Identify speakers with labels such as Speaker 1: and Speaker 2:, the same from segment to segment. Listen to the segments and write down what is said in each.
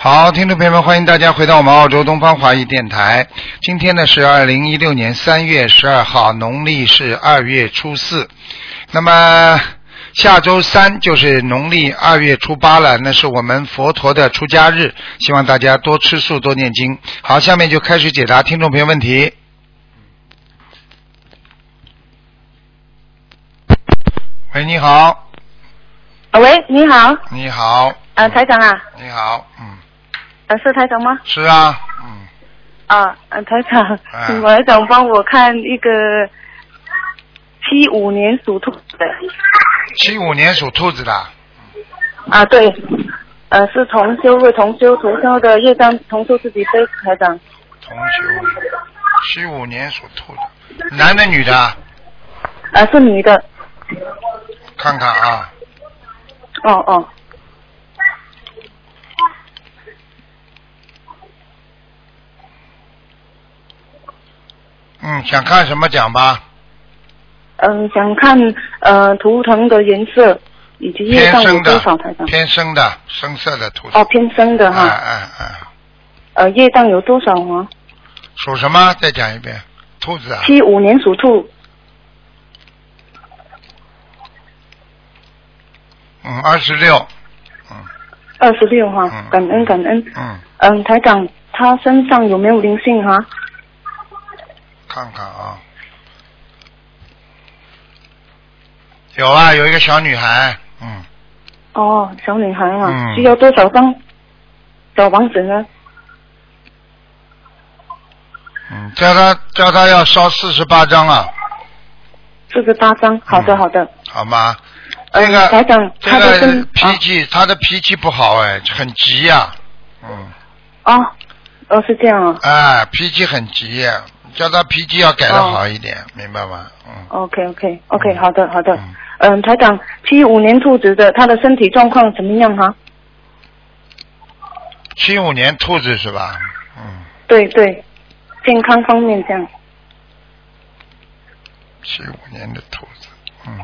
Speaker 1: 好，听众朋友们，欢迎大家回到我们澳洲东方华语电台。今天呢是二零一六年三月十二号，农历是二月初四。那么下周三就是农历二月初八了，那是我们佛陀的出家日，希望大家多吃素，多念经。好，下面就开始解答听众朋友问题。喂，你好，
Speaker 2: 啊，喂，你好，
Speaker 1: 你好，
Speaker 2: 啊，台长啊，
Speaker 1: 你好，嗯，
Speaker 2: 啊，是台长吗？
Speaker 1: 是啊，嗯，
Speaker 2: 啊，啊台长，
Speaker 1: 啊
Speaker 2: 请台长帮 我看一个七五年属兔的，
Speaker 1: 七五年属兔子的，
Speaker 2: 啊，对，呃，是同修为同修同修的业障，同修自己背，台长，
Speaker 1: 同学，七五年属兔的，男的女的啊？
Speaker 2: 啊，是女的，
Speaker 1: 看看啊，
Speaker 2: 哦哦，
Speaker 1: 嗯，想看什么讲吧？
Speaker 2: 嗯、想看呃图腾的颜色以及业
Speaker 1: 偏
Speaker 2: 障有
Speaker 1: 深
Speaker 2: 多
Speaker 1: 的
Speaker 2: 少，台长，？
Speaker 1: 偏深的，深色的兔子。
Speaker 2: 哦，偏深的
Speaker 1: 嗯
Speaker 2: 哈，
Speaker 1: 嗯嗯，
Speaker 2: 呃，业障有多少啊？
Speaker 1: 属什么？再讲一遍，兔子啊，
Speaker 2: 七五年属兔，
Speaker 1: 嗯，二十六，嗯
Speaker 2: 二十六哈
Speaker 1: 嗯，
Speaker 2: 感恩感恩。
Speaker 1: 嗯，
Speaker 2: 嗯，台长，他身上有没有灵性啊哈、
Speaker 1: 看看啊，有啊，有一个小女孩，嗯，
Speaker 2: 哦，小女孩啊，
Speaker 1: 嗯
Speaker 2: 需要多少张小房子呢？
Speaker 1: 嗯，叫她叫她要烧四十八张啊，
Speaker 2: 四十八张。好的，
Speaker 1: 嗯
Speaker 2: 好的。
Speaker 1: 好吗？
Speaker 2: 嗯
Speaker 1: 这个
Speaker 2: 台长
Speaker 1: 这
Speaker 2: 他的
Speaker 1: 个
Speaker 2: 身啊
Speaker 1: 脾气，他的脾气不好哎，很急呀、嗯，
Speaker 2: 哦，哦，是这样啊。
Speaker 1: 哎，脾气很急，叫他脾气要改的好一点，明白吗？嗯，
Speaker 2: OK OK OK，
Speaker 1: 嗯
Speaker 2: 哦好的好的
Speaker 1: 嗯。
Speaker 2: 嗯，台长，七五年兔子的，他的身体状况怎么样哈、啊
Speaker 1: 七五年兔子是吧？嗯，
Speaker 2: 对对，健康方面这样。
Speaker 1: 七五年的兔子，嗯，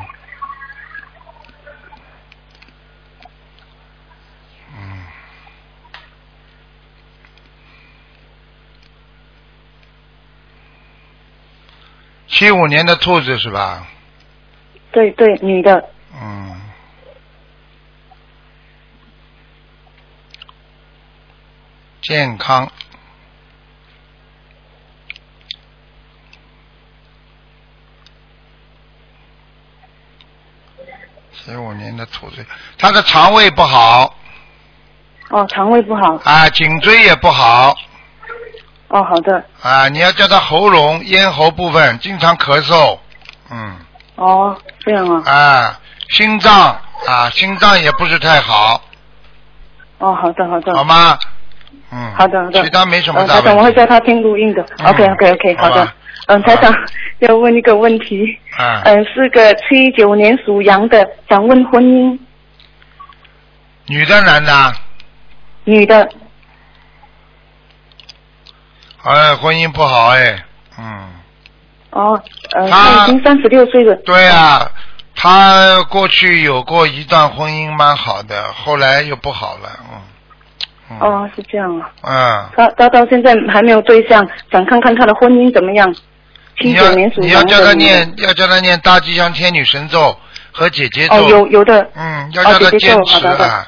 Speaker 1: 嗯，七五年的兔子是吧？
Speaker 2: 对对，女的。
Speaker 1: 嗯，健康。十五年的兔子，他的肠胃不好
Speaker 2: 哦，肠胃不好。
Speaker 1: 啊，颈椎也不好
Speaker 2: 哦，好的。
Speaker 1: 啊，你要叫他喉咙、咽喉部分经常咳嗽，嗯
Speaker 2: 哦，这样啊。
Speaker 1: 啊，心脏啊，心脏也不是太好，
Speaker 2: 哦，好的好的。
Speaker 1: 好吗？嗯，
Speaker 2: 好的好的，
Speaker 1: 其他没什么大
Speaker 2: 呃台长，我
Speaker 1: 问
Speaker 2: 会
Speaker 1: 题
Speaker 2: 叫。他听录音的。
Speaker 1: 嗯
Speaker 2: OK OK OK，
Speaker 1: 好
Speaker 2: 好
Speaker 1: 吧
Speaker 2: 的。嗯，
Speaker 1: 好吧
Speaker 2: 台长要问一个问题，
Speaker 1: 啊，
Speaker 2: 嗯，是个七九年属羊的，想问婚姻，
Speaker 1: 女的男的啊？
Speaker 2: 女的，
Speaker 1: 哎，婚姻不好哎。嗯，
Speaker 2: 哦，呃，
Speaker 1: 她
Speaker 2: 她已经三十六岁了，
Speaker 1: 对啊，她过去有过一段婚姻蛮好的，后来又不好了。嗯。嗯。
Speaker 2: 哦，是这样啊，
Speaker 1: 嗯。
Speaker 2: 她她到现在还没有对象，想看看她的婚姻怎么样。七
Speaker 1: 你
Speaker 2: 九
Speaker 1: 要
Speaker 2: 年属
Speaker 1: 你要
Speaker 2: 羊
Speaker 1: 叫她
Speaker 2: 的女的，
Speaker 1: 念，要叫她念大吉祥天女神咒和姐姐咒。
Speaker 2: 哦，有有的，
Speaker 1: 嗯，要叫她
Speaker 2: 哦姐姐
Speaker 1: 坚
Speaker 2: 咒
Speaker 1: 持
Speaker 2: 好的好
Speaker 1: 啊。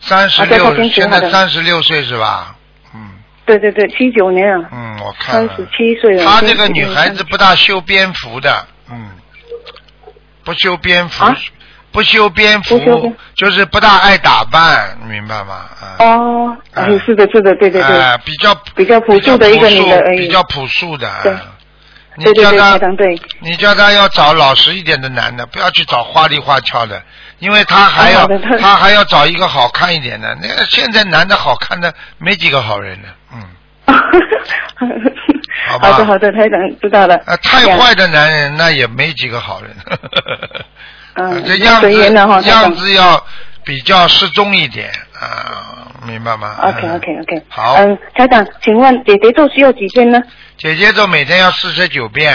Speaker 1: 三十
Speaker 2: 啊叫她
Speaker 1: 六，
Speaker 2: 坚持
Speaker 1: 现
Speaker 2: 好
Speaker 1: 在
Speaker 2: 的
Speaker 1: 三十六岁是吧？嗯
Speaker 2: 对对对，七九年啊，
Speaker 1: 嗯，我看
Speaker 2: 三
Speaker 1: 了。
Speaker 2: 十七岁了。
Speaker 1: 她
Speaker 2: 现在
Speaker 1: 这个
Speaker 2: 已经
Speaker 1: 女孩子
Speaker 2: 三
Speaker 1: 不大修边幅的，嗯，不修边幅，
Speaker 2: 啊
Speaker 1: 不修边幅
Speaker 2: 不修边
Speaker 1: 就是不大爱打扮，明白吗？啊、
Speaker 2: 十，哦，哎
Speaker 1: 嗯，
Speaker 2: 是的，是的，对对对，
Speaker 1: 哎比较
Speaker 2: 比较朴素的一个女的哎而已
Speaker 1: 比较朴素的。
Speaker 2: 对
Speaker 1: 啊你
Speaker 2: 对对
Speaker 1: 叫
Speaker 2: 对，
Speaker 1: 她
Speaker 2: 台，长对。
Speaker 1: 你叫她要找老实一点的男的，不要去找花里花俏的，因为她还要
Speaker 2: 哦好的她
Speaker 1: 她还要找一个好看一点的。那个现在男的好看的没几个好人了，嗯， 好吧
Speaker 2: 好的好的，台长知道了。
Speaker 1: 啊，太坏的男人那也没几个 好人。啊
Speaker 2: 嗯，
Speaker 1: 这样
Speaker 2: 随缘的哈，
Speaker 1: 子
Speaker 2: 台长
Speaker 1: 样。子要比较适中一点啊，明白吗
Speaker 2: OK
Speaker 1: 嗯
Speaker 2: OK OK。
Speaker 1: 好
Speaker 2: 嗯，台长，请问姐姐咒需要几遍呢？
Speaker 1: 姐姐咒每天要四十九遍，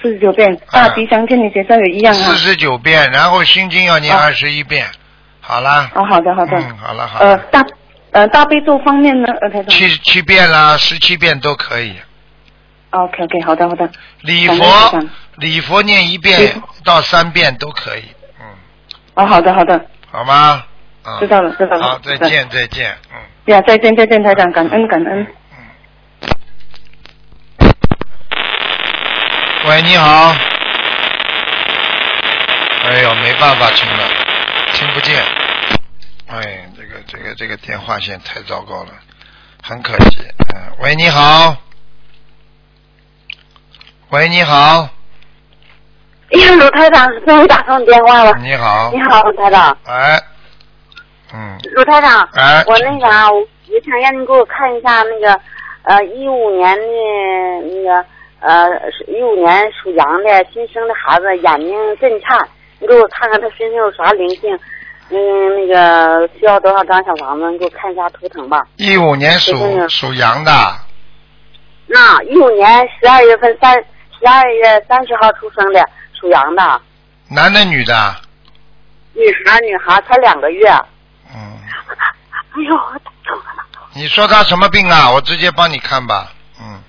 Speaker 2: 四十九遍。
Speaker 1: 啊
Speaker 2: 大吉祥天女节上有一样
Speaker 1: 四
Speaker 2: 啊。
Speaker 1: 十九遍，然后心经要念
Speaker 2: 好
Speaker 1: 二十一遍，好啦。
Speaker 2: 哦，好的好的。
Speaker 1: 嗯，好了好
Speaker 2: 呃
Speaker 1: 了，，
Speaker 2: 大
Speaker 3: 呃，大悲咒方面呢，呃，台长。
Speaker 1: 七七遍啦，十七遍都可以。
Speaker 3: OK OK，好的哦好的。
Speaker 1: 礼
Speaker 3: 感恩台
Speaker 1: 佛
Speaker 3: 长，
Speaker 1: 礼佛念一
Speaker 3: 礼
Speaker 1: 遍
Speaker 3: 佛
Speaker 1: 到三遍都可以，嗯，
Speaker 3: 哦，好的好的，
Speaker 1: 好吗？啊、
Speaker 3: 知道了知道了
Speaker 1: 好，再
Speaker 3: 知道
Speaker 1: 见，再见，嗯。
Speaker 3: 呀，再见再见，台长，感恩感恩。
Speaker 1: 喂，你好。哎呦，没办法，听了，听不见。哎，这个这个这个电话线太糟糕了，很可惜。嗯，喂，你好。喂，你好，
Speaker 4: 哎呀， 卢台长终于打通电话了。
Speaker 1: 你好
Speaker 4: 你，好，卢台长。
Speaker 1: 哎，嗯，
Speaker 4: 卢台长，
Speaker 1: 哎，
Speaker 4: 我那啥，我想让你给我看一下那个，呃，一五年的那个，呃，一五年属羊的新生的孩子眼睛震颤，你给我看看他身上有啥灵性，嗯，那个需要多少张小房子？你给我看一下图腾吧。
Speaker 1: 一五年
Speaker 4: 谁
Speaker 1: 属
Speaker 4: 呀
Speaker 1: 属羊的，
Speaker 4: 那一五年十二月份三十二月三十号出生的属羊的
Speaker 1: 男的女的？
Speaker 4: 女孩，女孩才两个月。
Speaker 1: 嗯，
Speaker 4: 哎呦，我打疼了。
Speaker 1: 你说他什么病啊？我直接帮你看吧。嗯，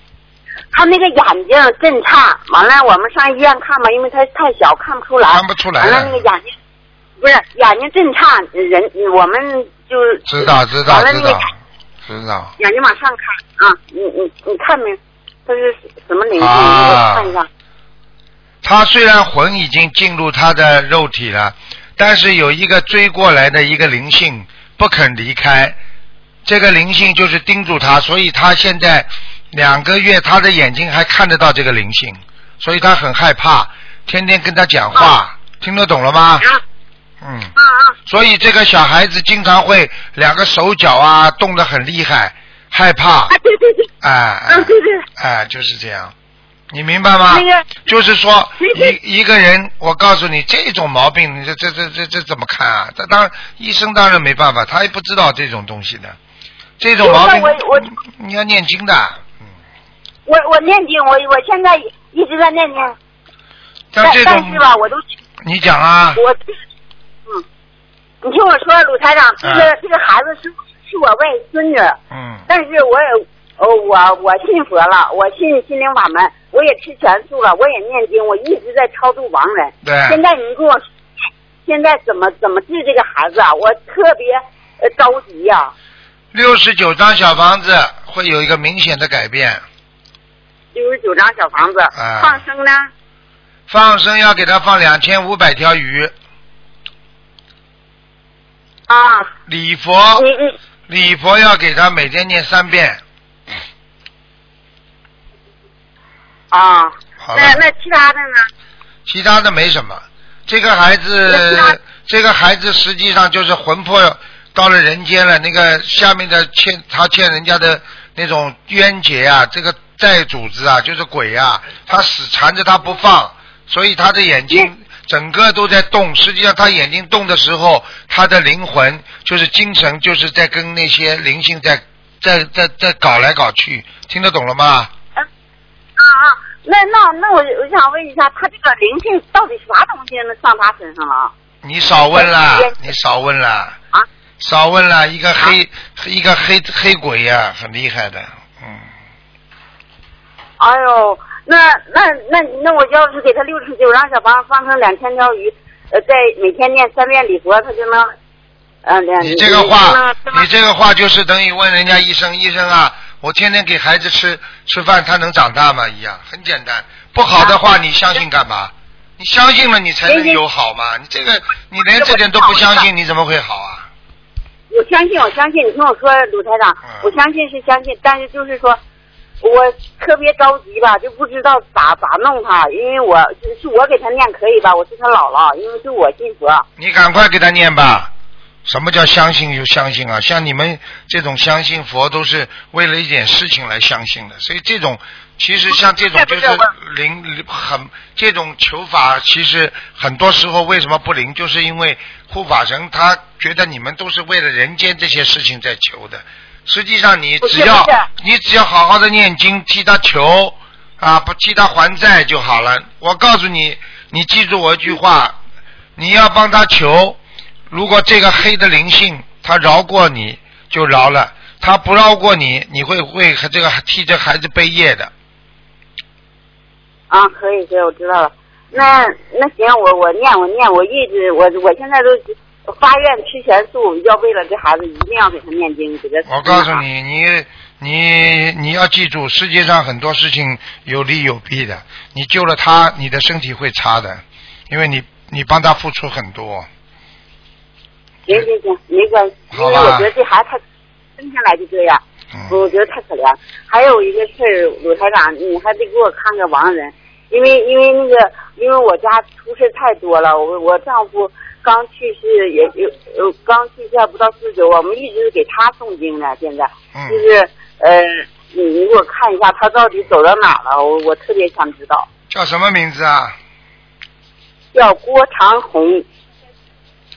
Speaker 4: 他那个眼睛震颤，完了我们上医院看吧，因为他太小看不出来。
Speaker 1: 看不出来
Speaker 4: 完了那个眼睛，不是眼睛震颤，人我们就是
Speaker 1: 知道知道
Speaker 4: 完了
Speaker 1: 知
Speaker 4: 那个
Speaker 1: 道知道。
Speaker 4: 眼睛往上看啊，你你你看没？他是什么灵性？你给
Speaker 1: 啊
Speaker 4: 我看一下。
Speaker 1: 他虽然魂已经进入他的肉体了，但是有一个追过来的一个灵性不肯离开，这个灵性就是盯住他，所以他现在两个月他的眼睛还看得到这个灵性，所以他很害怕，天天跟他讲话，听得懂了吗？
Speaker 4: 啊
Speaker 1: 嗯，
Speaker 4: 啊啊！
Speaker 1: 所以这个小孩子经常会两个手脚啊动得很厉害，害怕，
Speaker 4: 啊对对对，
Speaker 1: 哎、
Speaker 4: 啊对对，
Speaker 1: 哎，就是这样，你明白吗？
Speaker 4: 那个
Speaker 1: 就是说
Speaker 4: 对，对
Speaker 1: 一一个人，我告诉你，这种毛病，你这这这这这怎么看啊？这当医生当然没办法，他也不知道这种东西的，这种毛病
Speaker 4: 就是我我
Speaker 1: 你要念经的，嗯，
Speaker 4: 我我念经，我我现在一直在念经，但
Speaker 1: 像这
Speaker 4: 但是
Speaker 1: 种
Speaker 4: 吧，我都
Speaker 1: 你讲啊，
Speaker 4: 我，嗯，你听我说，鲁台长，这个、
Speaker 1: 啊
Speaker 4: 这个孩子是是我外孙女。
Speaker 1: 嗯
Speaker 4: 但是我也，呃，我我信佛了，我信心灵法门，我也吃全素了，我也念经，我一直在超度亡人。
Speaker 1: 对
Speaker 4: 现在你跟我说，现在怎么怎么治这个孩子啊？我特别呃着急呀、
Speaker 1: 六十九张小房子会有一个明显的改变，
Speaker 4: 六十九张小房子，
Speaker 1: 啊
Speaker 4: 放生呢？
Speaker 1: 放生要给他放两千五百条鱼，
Speaker 4: 啊，嗯
Speaker 1: 礼佛
Speaker 4: 你你
Speaker 1: 礼佛要给他每天念三遍，
Speaker 4: 啊，
Speaker 1: 好了
Speaker 4: 那。那其他的呢？
Speaker 1: 其他的没什么。这个孩
Speaker 4: 那其他
Speaker 1: 子，这个孩子实际上就是魂魄到了人间了，那个下面的欠他欠人家的那种冤结啊，这个债主子啊，就是鬼啊，他死缠着他不放，所以他的眼睛整个都在动。实际上，他眼睛动的时候，他的灵魂就是精神就是在跟那些灵性在在在在搞来搞去，听得懂了吗？
Speaker 4: 啊啊，那那那我我想问一下，他这个灵性到底啥东西能上他身上啊了？
Speaker 1: 你少问啦
Speaker 4: 冤，
Speaker 1: 你少问啦。
Speaker 4: 哎啊
Speaker 1: 少问了，一个黑、一个黑黑鬼呀、很厉害的，
Speaker 4: 啊
Speaker 1: 嗯，
Speaker 4: 哎呦，那那那那我要是给他六十九张小房放成两千条鱼，呃，再每天念三遍礼佛，他就能，呃，两
Speaker 1: 你这个话，你这个话就是等于问人家医生，医生啊，我天天给孩子吃吃饭，他能长大吗？一样，很简单。不好的
Speaker 4: 啊
Speaker 1: 话，你相信干嘛？你相信了，你才能
Speaker 4: 人家
Speaker 1: 有好嘛。你这个，你连这点都不相信，你怎么会好啊？
Speaker 4: 我相信，我相信，你听我说，鲁台长
Speaker 1: 嗯，
Speaker 4: 我相信是相信，但是就是说，我特别着急吧，就不知道咋咋弄他，因为我是我给他念可以吧，我是他姥姥，因为是我信佛。
Speaker 1: 你赶快给他念吧。什么叫相信就相信啊？像你们这种相信佛，都是为了一点事情来相信的，所以这种其实像这种
Speaker 4: 是
Speaker 1: 就是
Speaker 4: 不是我
Speaker 1: 灵很这种求法，其实很多时候为什么不灵，就是因为护法神他觉得你们都是为了人间这些事情在求的。实际上你
Speaker 4: 不是
Speaker 1: 只要
Speaker 4: 不是
Speaker 1: 你只要好好的念经，替他求啊，不替他还债就好了。我告诉你，你记住我一句话，你要帮他求，如果这个黑的灵性他饶过你，就饶了。他不饶过你，你会会这个替这孩子背业的。
Speaker 4: 啊，可以，姐，我知道了。那那行，我我念我念，我一直我我现在都发愿吃全素，要为了这孩子一定要给他念经，给他。
Speaker 1: 我告诉。你，
Speaker 4: 啊
Speaker 1: 你你你要记住，世界上很多事情有利有弊的。你救了他，你的身体会差的，因为你你帮他付出很多。
Speaker 4: 行行行，没关系，因
Speaker 1: 好
Speaker 4: 为
Speaker 1: 吧
Speaker 4: 我觉得这孩子他生下来就这样，
Speaker 1: 嗯，
Speaker 4: 我觉得太可怜。还有一个事儿，鲁台长，你还得给我看个亡人，因为因为那个，因为我家出事太多了，我我丈夫刚去世也也呃刚去世还不到四周，我们一直给他诵经呢，现在
Speaker 1: 嗯
Speaker 4: 就是呃，你你给我看一下他到底走到哪了，我我特别想知道。
Speaker 1: 叫什么名字啊？
Speaker 4: 叫郭长红，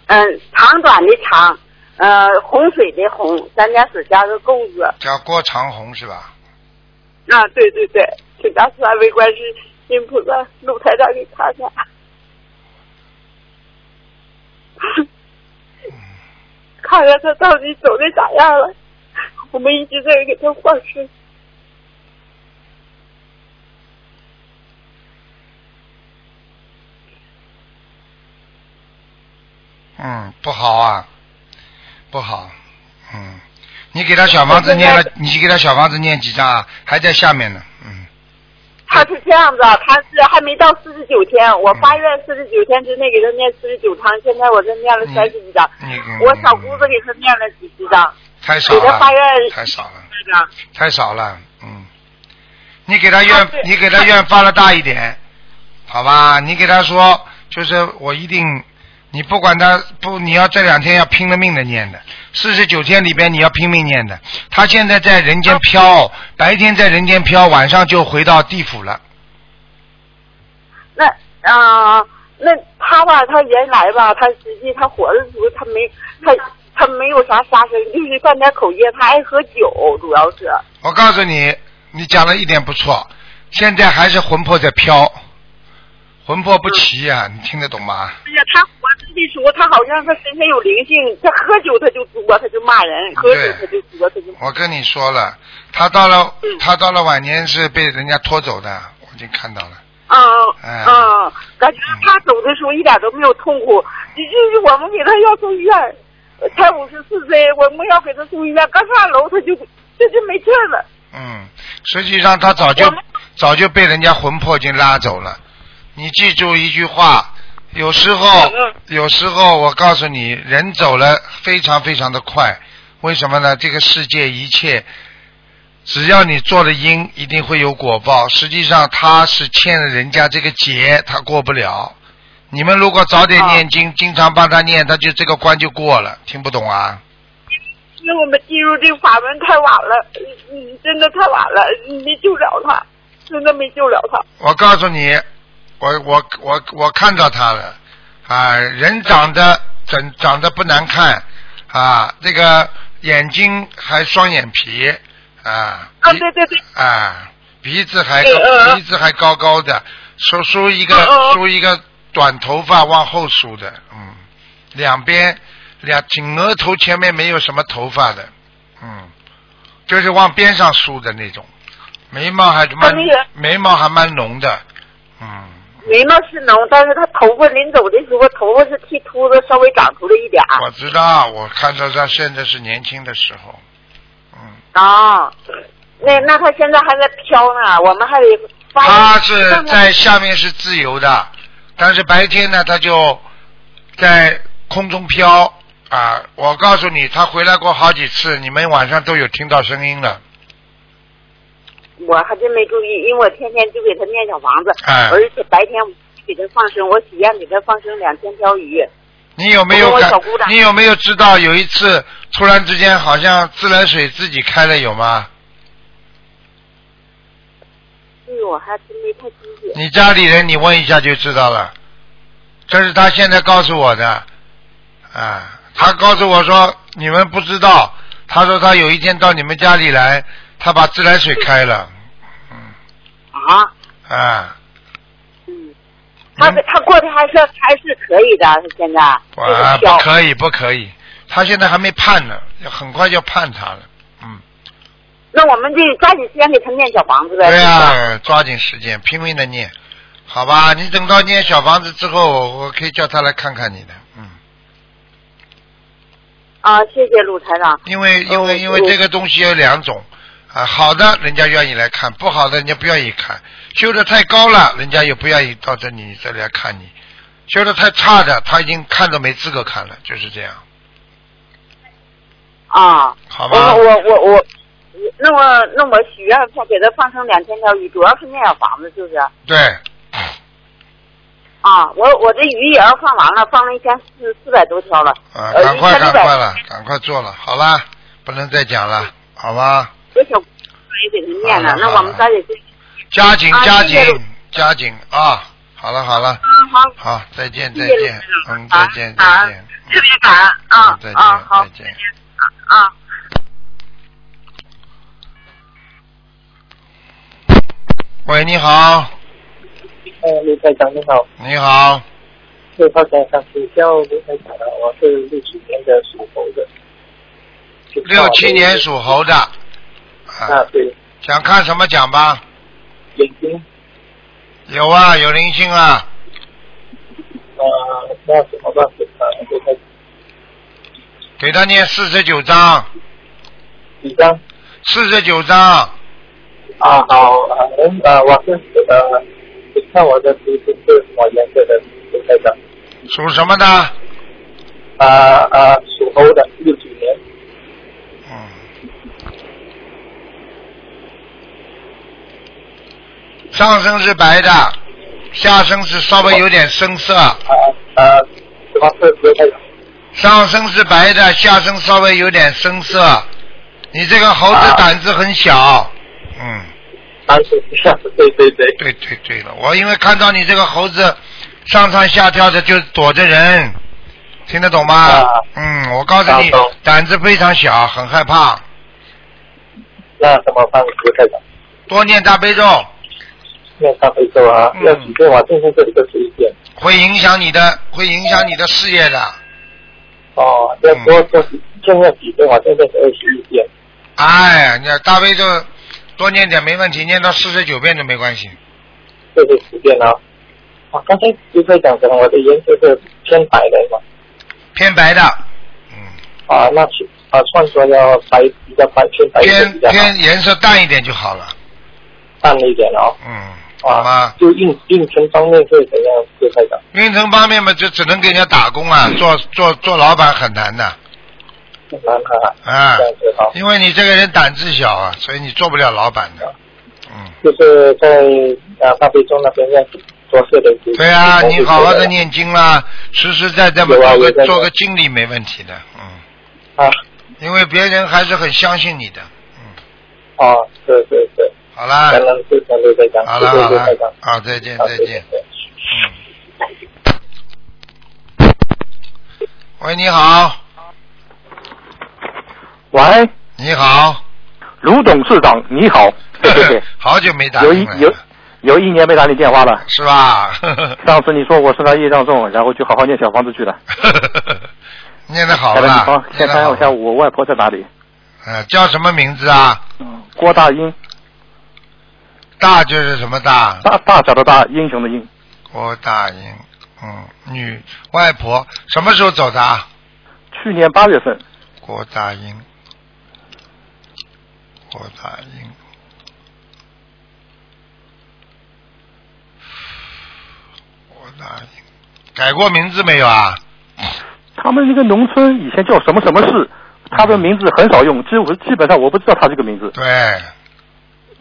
Speaker 4: 嗯，长短的长，呃，洪水的洪，三点水加个钩子。
Speaker 1: 叫郭长红是吧？
Speaker 4: 啊，对对对，请大慈大悲观世音菩萨、鲁台长给看看。 看看他到底走的咋样了？我们一直在给他放生。
Speaker 1: 嗯，不好啊，不好。嗯，你给他小房子念了，你给他小房子念几张啊？还在下面呢。嗯，
Speaker 4: 他是这样子啊，他是还没到四十九天，我发愿四十九天之内给他念四十九章，现在我这念了
Speaker 1: 你
Speaker 4: 三十几章，
Speaker 1: 你嗯
Speaker 4: 我小姑子给他念了几十章，
Speaker 1: 太少
Speaker 4: 给他
Speaker 1: 了
Speaker 4: 发，愿
Speaker 1: 太少了。
Speaker 4: 那个
Speaker 1: 太少了，嗯，你给他愿，
Speaker 4: 他是
Speaker 1: 你给他愿发了大一点，好吧？你给他说，就是我一定，你不管他不，你要这两天要拼了命的念的，四十九天里边你要拼命念的。他现在在人间飘，白天在人间飘，晚上就回到地府了。
Speaker 4: 那啊、那他吧，他原来吧，他实际他活的时候，他没他他没有啥杀生，就是犯点口业，他爱喝酒，主要是。
Speaker 1: 我告诉你，你讲的一点不错，现在还是魂魄在飘，魂魄不齐呀、你听得懂吗？
Speaker 4: 哎呀，他活着的时候，他好像他身上有灵性，他喝酒他就作，他就骂人，喝酒他就作，他就
Speaker 1: 我跟你说了，他到了他到了晚年是被人家拖走的，我已经看到了。
Speaker 4: 嗯
Speaker 1: 哎
Speaker 4: 嗯，感觉他走的时候一点都没有痛苦，就就是我们给他要送医院，才五十四岁，我们要给他送医院，刚上楼他就这就没气儿了。
Speaker 1: 嗯，实际上他早就
Speaker 4: 我们
Speaker 1: 早就被人家魂魄已经拉走了。你记住一句话，有时候
Speaker 4: 嗯
Speaker 1: 有时候我告诉你，人走了非常非常的快，为什么呢？这个世界一切。只要你做了因，一定会有果报。实际上他是欠了人家这个劫，他过不了。你们如果早点
Speaker 4: 哦
Speaker 1: 念经，经常帮他念，他就这个关就过了。听不懂啊？
Speaker 4: 因为我们进入这个法门太晚了，嗯，真的太晚了，没救了他，真的没救了他。
Speaker 1: 我告诉你，我我我我看到他了啊，人长得长长得不难看啊，这个眼睛还双眼皮啊，
Speaker 4: 啊，
Speaker 1: 鼻
Speaker 4: 对对对，
Speaker 1: 啊，鼻子还
Speaker 4: 对嗯嗯
Speaker 1: 鼻子还高高的，梳梳一
Speaker 4: 嗯
Speaker 1: 个
Speaker 4: 嗯
Speaker 1: 梳一个短头发往后梳的，嗯，两边两颈额头前面没有什么头发的，嗯，就是往边上梳的那种，眉毛还蛮
Speaker 4: 啊那个
Speaker 1: 眉毛还蛮浓的，嗯，
Speaker 4: 眉毛是浓，但是他头发临走的时候，头发是剃秃子，稍微长出来一点儿
Speaker 1: 我知道，我看到他现在是年轻的时候，嗯，
Speaker 4: 啊。那那他现在还在飘呢，我们还得发现
Speaker 1: 他是在下面是自由的，但是白天呢，他就在空中飘啊！我告诉你，他回来过好几次，你们晚上都有听到声音了。
Speaker 4: 我还真没注意，因为我天天就给他念小房子，
Speaker 1: 哎
Speaker 4: 而且白天给他放生，我许愿给他放生两千条鱼。
Speaker 1: 你有没有
Speaker 4: 我
Speaker 1: 感
Speaker 4: 小姑？娘
Speaker 1: 你有没有知道有一次突然之间好像自来水自己开了有吗？
Speaker 4: 这个我还真没太记起。
Speaker 1: 你家里人你问一下就知道了，这是他现在告诉我的，啊，他告诉我说你们不知道，他说他有一天到你们家里来，他把自来水开了。
Speaker 4: 啊，
Speaker 1: 啊，
Speaker 4: 嗯，他
Speaker 1: 嗯
Speaker 4: 他过得还是还是可以的，他现在就是
Speaker 1: 啊，
Speaker 4: 飘
Speaker 1: 不可以，不可以，他现在还没判呢，很快就判他了。嗯，
Speaker 4: 那我们得抓紧时间给他念小房子呗。
Speaker 1: 对呀、啊
Speaker 4: 是吧
Speaker 1: 抓紧时间，拼命的念，好吧？你等到念小房子之后，我我可以叫他来看看你的。嗯，
Speaker 4: 啊，谢谢鲁台长。
Speaker 1: 因为因为因为
Speaker 4: 哦我
Speaker 1: 这个东西有两种啊，好的人家愿意来看，不好的人家不愿意看。修的太高了，人家也不愿意到这里这里来看你；修的太差的，他已经看都没资格看了，就是这样，
Speaker 4: 啊，
Speaker 1: 好
Speaker 4: 我
Speaker 1: 吧？
Speaker 4: 我我我，那我那我许愿放给他放生两千条鱼，主要是念小房子，就是
Speaker 1: 对。
Speaker 4: 啊，我我这鱼也要放完了，放了一千四四百多条了。
Speaker 1: 啊，
Speaker 4: 呃
Speaker 1: 赶快
Speaker 4: 一千
Speaker 1: 赶
Speaker 4: 六百
Speaker 1: 快了，赶快做了，好啦，不能再讲了，好吧？
Speaker 4: 这小也给他念了
Speaker 1: 好，了
Speaker 4: 那我们抓紧时间。
Speaker 1: 加紧
Speaker 4: 啊
Speaker 1: 加
Speaker 4: 谢
Speaker 1: 紧
Speaker 4: 谢
Speaker 1: 加紧啊！好了好了，
Speaker 4: 啊，好，
Speaker 1: 好，再见
Speaker 4: 谢
Speaker 1: 再
Speaker 4: 谢陆
Speaker 1: 见
Speaker 4: 台，长
Speaker 1: 嗯，再见
Speaker 4: 啊
Speaker 1: 再见，
Speaker 4: 特别感恩啊
Speaker 1: 嗯再见
Speaker 4: 啊，好，
Speaker 1: 再见。
Speaker 4: 啊。
Speaker 1: 喂，你好，
Speaker 5: 哎，卢台长你好，
Speaker 1: 你好，
Speaker 5: 是发财上请教卢台长的，我是六七年的属猴的。
Speaker 1: 六七年属猴的，
Speaker 5: 啊
Speaker 1: 啊，，
Speaker 5: 对，
Speaker 1: 想看什么讲吧？
Speaker 5: 眼睛
Speaker 1: 有啊，有灵性啊，
Speaker 5: 呃，那怎么办？啊，给他
Speaker 1: 给他念四十九章，
Speaker 5: 几张
Speaker 1: 四十九章，
Speaker 5: 啊？好，啊，能啊，我是呃，你看我的皮肤是什么颜色的？卢台长
Speaker 1: 属什么的？
Speaker 5: 啊啊，属猴的，六几年，
Speaker 1: 嗯，上身是白的，下身是稍微有点深色。
Speaker 5: 啊啊，什么是卢台长？
Speaker 1: 上身是白的，下身稍微有点深色。你这个猴子
Speaker 5: 啊
Speaker 1: 胆子很小。嗯，
Speaker 5: 三十一下，对对对，
Speaker 1: 对对对了，我因为看到你这个猴子上蹿下跳的，就躲着人，听得懂吗？
Speaker 5: 啊
Speaker 1: 嗯，我告诉你
Speaker 5: 啊懂，
Speaker 1: 胆子非常小，很害怕。
Speaker 5: 那怎么办？卢台长？
Speaker 1: 多念大悲咒
Speaker 5: 啊面上会做啊，
Speaker 1: 嗯
Speaker 5: 要几遍我今天这里的水点。
Speaker 1: 会影响你的，会影响你的事业的。
Speaker 5: 哦，
Speaker 1: 嗯
Speaker 5: 要多做几，正要几遍我今天是二十一遍。
Speaker 1: 哎呀，你大悲咒多念点没问题，念到四十九遍都没关系。
Speaker 5: 这是十遍了。啊，刚才就在讲什么？我的颜色是偏白的嘛。
Speaker 1: 偏白的，嗯，
Speaker 5: 啊，那是啊，穿着要白比较白，偏白一点
Speaker 1: 偏
Speaker 5: 比较好，
Speaker 1: 偏颜色淡一点就好了，
Speaker 5: 淡一点哦。
Speaker 1: 嗯，好
Speaker 5: 啊
Speaker 1: 吗，？
Speaker 5: 就运运程方面是怎样？就在讲，
Speaker 1: 运程方面嘛，就只能给人家打工啊，做做做老板很难的
Speaker 5: 啊啊，
Speaker 1: 啊
Speaker 5: 这，样子好。
Speaker 1: 因为你这个人胆子小啊，所以你做不了老板的，嗯，
Speaker 5: 就是在啊大悲中那边要多设点几
Speaker 1: 对啊，
Speaker 5: 几
Speaker 1: 你好好的念经啦，实实在在嘛
Speaker 5: 有啊
Speaker 1: 做
Speaker 5: 有在
Speaker 1: 个
Speaker 5: 的
Speaker 1: 做个经理没问题的，嗯，
Speaker 5: 啊。
Speaker 1: 因为别人还是很相信你的，
Speaker 5: 哦，对对对，
Speaker 1: 好啦
Speaker 5: 才，能就成就在讲，
Speaker 1: 好
Speaker 5: 谢
Speaker 1: 啦，
Speaker 5: 谢
Speaker 1: 好
Speaker 5: 就
Speaker 1: 啦
Speaker 5: 在讲，。
Speaker 1: 好，再见，
Speaker 5: 好
Speaker 1: 再
Speaker 5: 谢
Speaker 1: 见。
Speaker 5: 谢
Speaker 1: 嗯。喂，你好，
Speaker 6: 喂，
Speaker 1: 你好，
Speaker 6: 卢董事长，你 好，对对对，
Speaker 1: 好久没打
Speaker 6: 有
Speaker 1: 进
Speaker 6: 一
Speaker 1: 来
Speaker 6: 有
Speaker 1: 了，
Speaker 6: 有一年没打你电话了。
Speaker 1: 是吧？
Speaker 6: 上次你说我身上业障重，然后就好好念小房子去了。
Speaker 1: 念 得好
Speaker 6: 来你
Speaker 1: 了
Speaker 6: 帮，
Speaker 1: 念
Speaker 6: 先
Speaker 1: 得
Speaker 6: 看
Speaker 1: 好
Speaker 6: 一下
Speaker 1: 了。
Speaker 6: 我外婆在哪里？
Speaker 1: 呃，叫什么名字啊？
Speaker 6: 嗯，郭大英，
Speaker 1: 大就是什么大，
Speaker 6: 大大小的大，英雄的英。
Speaker 1: 郭大英，嗯，女外婆什么时候走的？啊？
Speaker 6: 去年八月份，
Speaker 1: 郭大英，郭大英，郭大英，改过名字没有啊？
Speaker 6: 他们那个农村以前叫什么什么市，他的名字很少用，几乎基本上我不知道他这个名字。
Speaker 1: 对，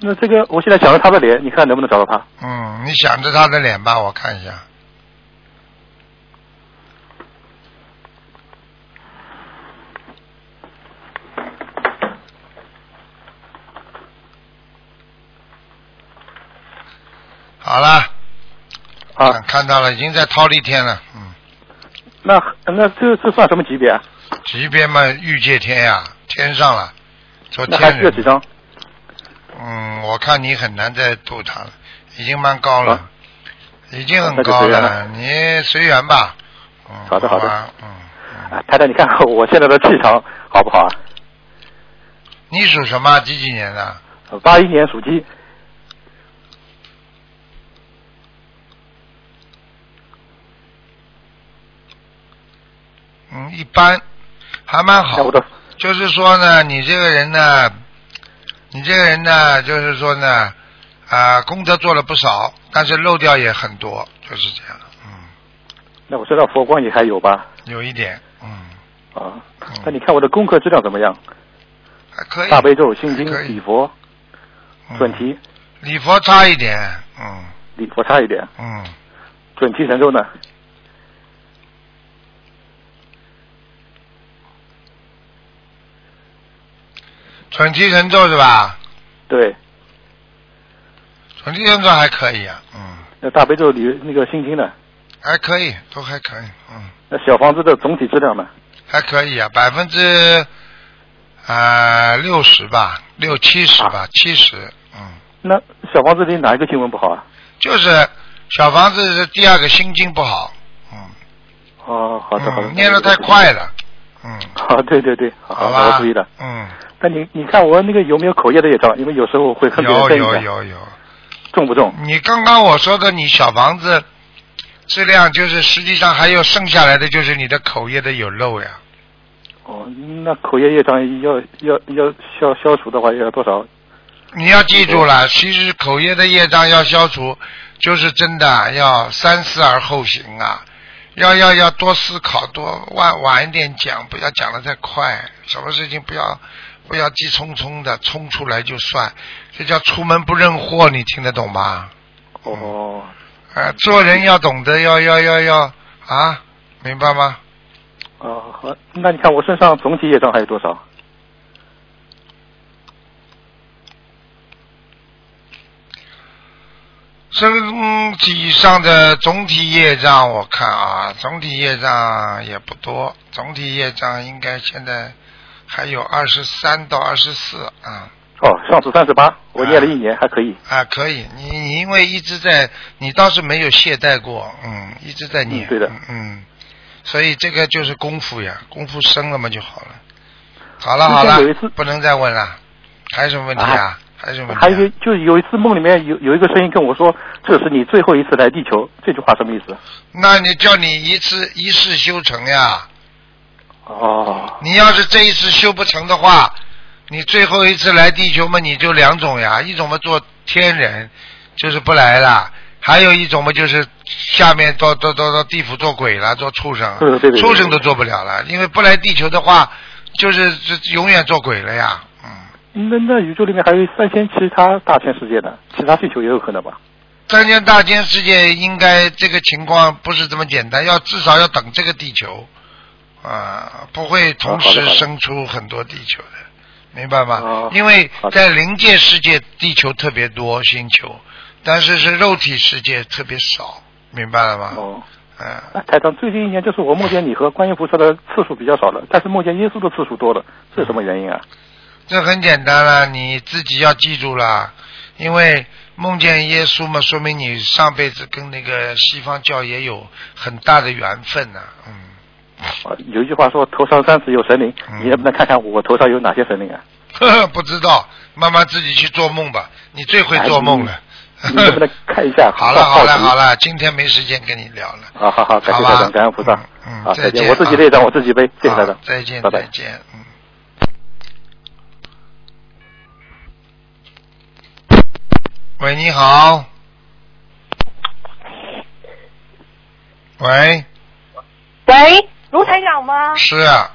Speaker 6: 那这个我现在想着他的脸，你看能不能找到他？
Speaker 1: 嗯，你想着他的脸吧，我看一下。好了，
Speaker 6: 啊，
Speaker 1: 看到了，已经在掏了一天了，嗯，
Speaker 6: 那那这这算什么级别啊？
Speaker 1: 级别嘛，御界天呀、天上了，做
Speaker 6: 那还
Speaker 1: 天
Speaker 6: 需要几
Speaker 1: 人，
Speaker 6: 张？
Speaker 1: 嗯，我看你很难再度他了，已经蛮高了，
Speaker 6: 啊
Speaker 1: 已经很
Speaker 6: 那就
Speaker 1: 高
Speaker 6: 随缘
Speaker 1: 了，你随缘吧，嗯，
Speaker 6: 好的
Speaker 1: 好
Speaker 6: 好的
Speaker 1: 吧，嗯，嗯
Speaker 6: 啊台长，你看看我现在的气场好不好啊？
Speaker 1: 你属什么？几几年的？
Speaker 6: 八一年属鸡，
Speaker 1: 嗯，一般，还蛮
Speaker 6: 那
Speaker 1: 好
Speaker 6: 我。的
Speaker 1: 就是说呢，你这个人呢，你这个人呢，就是说呢，啊、功德做了不少，但是漏掉也很多，就是这样。嗯，
Speaker 6: 那我身上佛光也还有吧？
Speaker 1: 有一点，嗯，
Speaker 6: 啊，
Speaker 1: 嗯
Speaker 6: 那你看我的功课质量怎么样？
Speaker 1: 还可以。
Speaker 6: 大悲咒、心经
Speaker 1: 可、以
Speaker 6: 礼佛、
Speaker 1: 嗯
Speaker 6: 准提，
Speaker 1: 礼佛差一点，嗯
Speaker 6: 礼佛差一点，
Speaker 1: 嗯，
Speaker 6: 准提神咒呢？
Speaker 1: 准提神咒是吧？
Speaker 6: 对，
Speaker 1: 准提神咒还可以啊，嗯，
Speaker 6: 那大悲咒里那个心经呢？
Speaker 1: 还可以，都还可以，嗯，
Speaker 6: 那小房子的总体质量呢？
Speaker 1: 还可以啊，百分之啊六十吧，六七十吧，七十，嗯。
Speaker 6: 那小房子里哪一个经文不好啊？
Speaker 1: 就是小房子是第二个心经不好，嗯，
Speaker 6: 哦，好的好的，
Speaker 1: 嗯念的太快了，嗯，
Speaker 6: 啊，对对对， 好，
Speaker 1: 好
Speaker 6: 我
Speaker 1: 吧，
Speaker 6: 注意的。
Speaker 1: 嗯，
Speaker 6: 那你你看我那个有没有口业的业障？因为有时候会跟别人
Speaker 1: 有
Speaker 6: 争一
Speaker 1: 有
Speaker 6: 下，
Speaker 1: 有有，
Speaker 6: 重不重？
Speaker 1: 你刚刚我说的你小房子质量就是实际上还有剩下来的就是你的口业的有漏呀，
Speaker 6: 哦，那口业业障要要要消消除的话，要多少？
Speaker 1: 你要记住了，其实口业的业障要消除，就是真的啊要三思而后行啊。要要要多思考，多晚晚一点讲，不要讲的太快。什么事情不要不要急匆匆的冲出来就算，这叫出门不认货，你听得懂吗？
Speaker 6: 哦，
Speaker 1: 啊，做人要懂得，要要要要啊，明白吗？
Speaker 6: 哦，好，那你看我身上总体业障还有多少？
Speaker 1: 身体上的总体业障，我看啊，总体业障也不多，总体业障应该现在还有二十三到二十四啊
Speaker 6: 哦，上次三十八，我念了一年，还可以。
Speaker 1: 啊，可以，你你因为一直在，你倒是没有懈怠过，嗯，一直在念，
Speaker 6: 嗯对的
Speaker 1: 嗯，所以这个就是功夫呀，功夫深了嘛就好了。好了
Speaker 6: 之前
Speaker 1: 好
Speaker 6: 有一
Speaker 1: 了
Speaker 6: 次，
Speaker 1: 不能再问了，还有什么问题啊？还有什么问题、啊？
Speaker 6: 还有一个就是有一次梦里面有有一个声音跟我说，这是你最后一次来地球，这句话什么意思？
Speaker 1: 那你叫你一次一世修成呀。
Speaker 6: 哦，
Speaker 1: 你要是这一次修不成的话，你最后一次来地球嘛，你就两种呀，一种嘛做天人，就是不来了；还有一种嘛就是下面到到到到地府做鬼了，做畜生
Speaker 6: 嗯对对，对
Speaker 1: 畜生都做不了了，因为不来地球的话，就是这永远做鬼了呀。嗯，
Speaker 6: 那那宇宙里面还有三千其他大千世界呢，其他地球也有可能吧？
Speaker 1: 三千大千世界应该这个情况不是这么简单，要至少要等这个地球啊，不会
Speaker 6: 好
Speaker 1: 同
Speaker 6: 的
Speaker 1: 时
Speaker 6: 好的
Speaker 1: 生出很多地球的，明白吗？
Speaker 6: 哦
Speaker 1: 因为
Speaker 6: 好的
Speaker 1: 在灵界世界，地球特别多星球，但是是肉体世界特别少，明白了吗？
Speaker 6: 哦，
Speaker 1: 嗯、
Speaker 6: 啊，台长，最近一年就是我梦见你和观音菩萨的次数比较少了，但是梦见耶稣的次数多了，这是什么原因啊？
Speaker 1: 这很简单了，你自己要记住了，因为梦见耶稣嘛，说明你上辈子跟那个西方教也有很大的缘分呐、嗯。
Speaker 6: 啊有一句话说头上三尺有神灵，
Speaker 1: 嗯
Speaker 6: 你能不能看看我头上有哪些神灵啊？
Speaker 1: 呵呵， 不知道，慢慢自己去做梦吧。你最会做梦 了。
Speaker 6: 哎你能不能看一下？
Speaker 1: 好了好了好
Speaker 6: 了，
Speaker 1: 了，今天没时间跟你聊了。
Speaker 6: 啊，好好，感
Speaker 1: 好
Speaker 6: 谢
Speaker 1: 吧
Speaker 6: 台长，感恩菩萨，
Speaker 1: 嗯嗯
Speaker 6: 好，
Speaker 1: 再
Speaker 6: 再
Speaker 1: 见
Speaker 6: 我自己累长我自己背，谢谢台长
Speaker 1: 好，再见
Speaker 6: 拜拜
Speaker 1: 再。见，嗯。喂，你好。喂，
Speaker 7: 喂，卢台长吗？
Speaker 1: 是啊，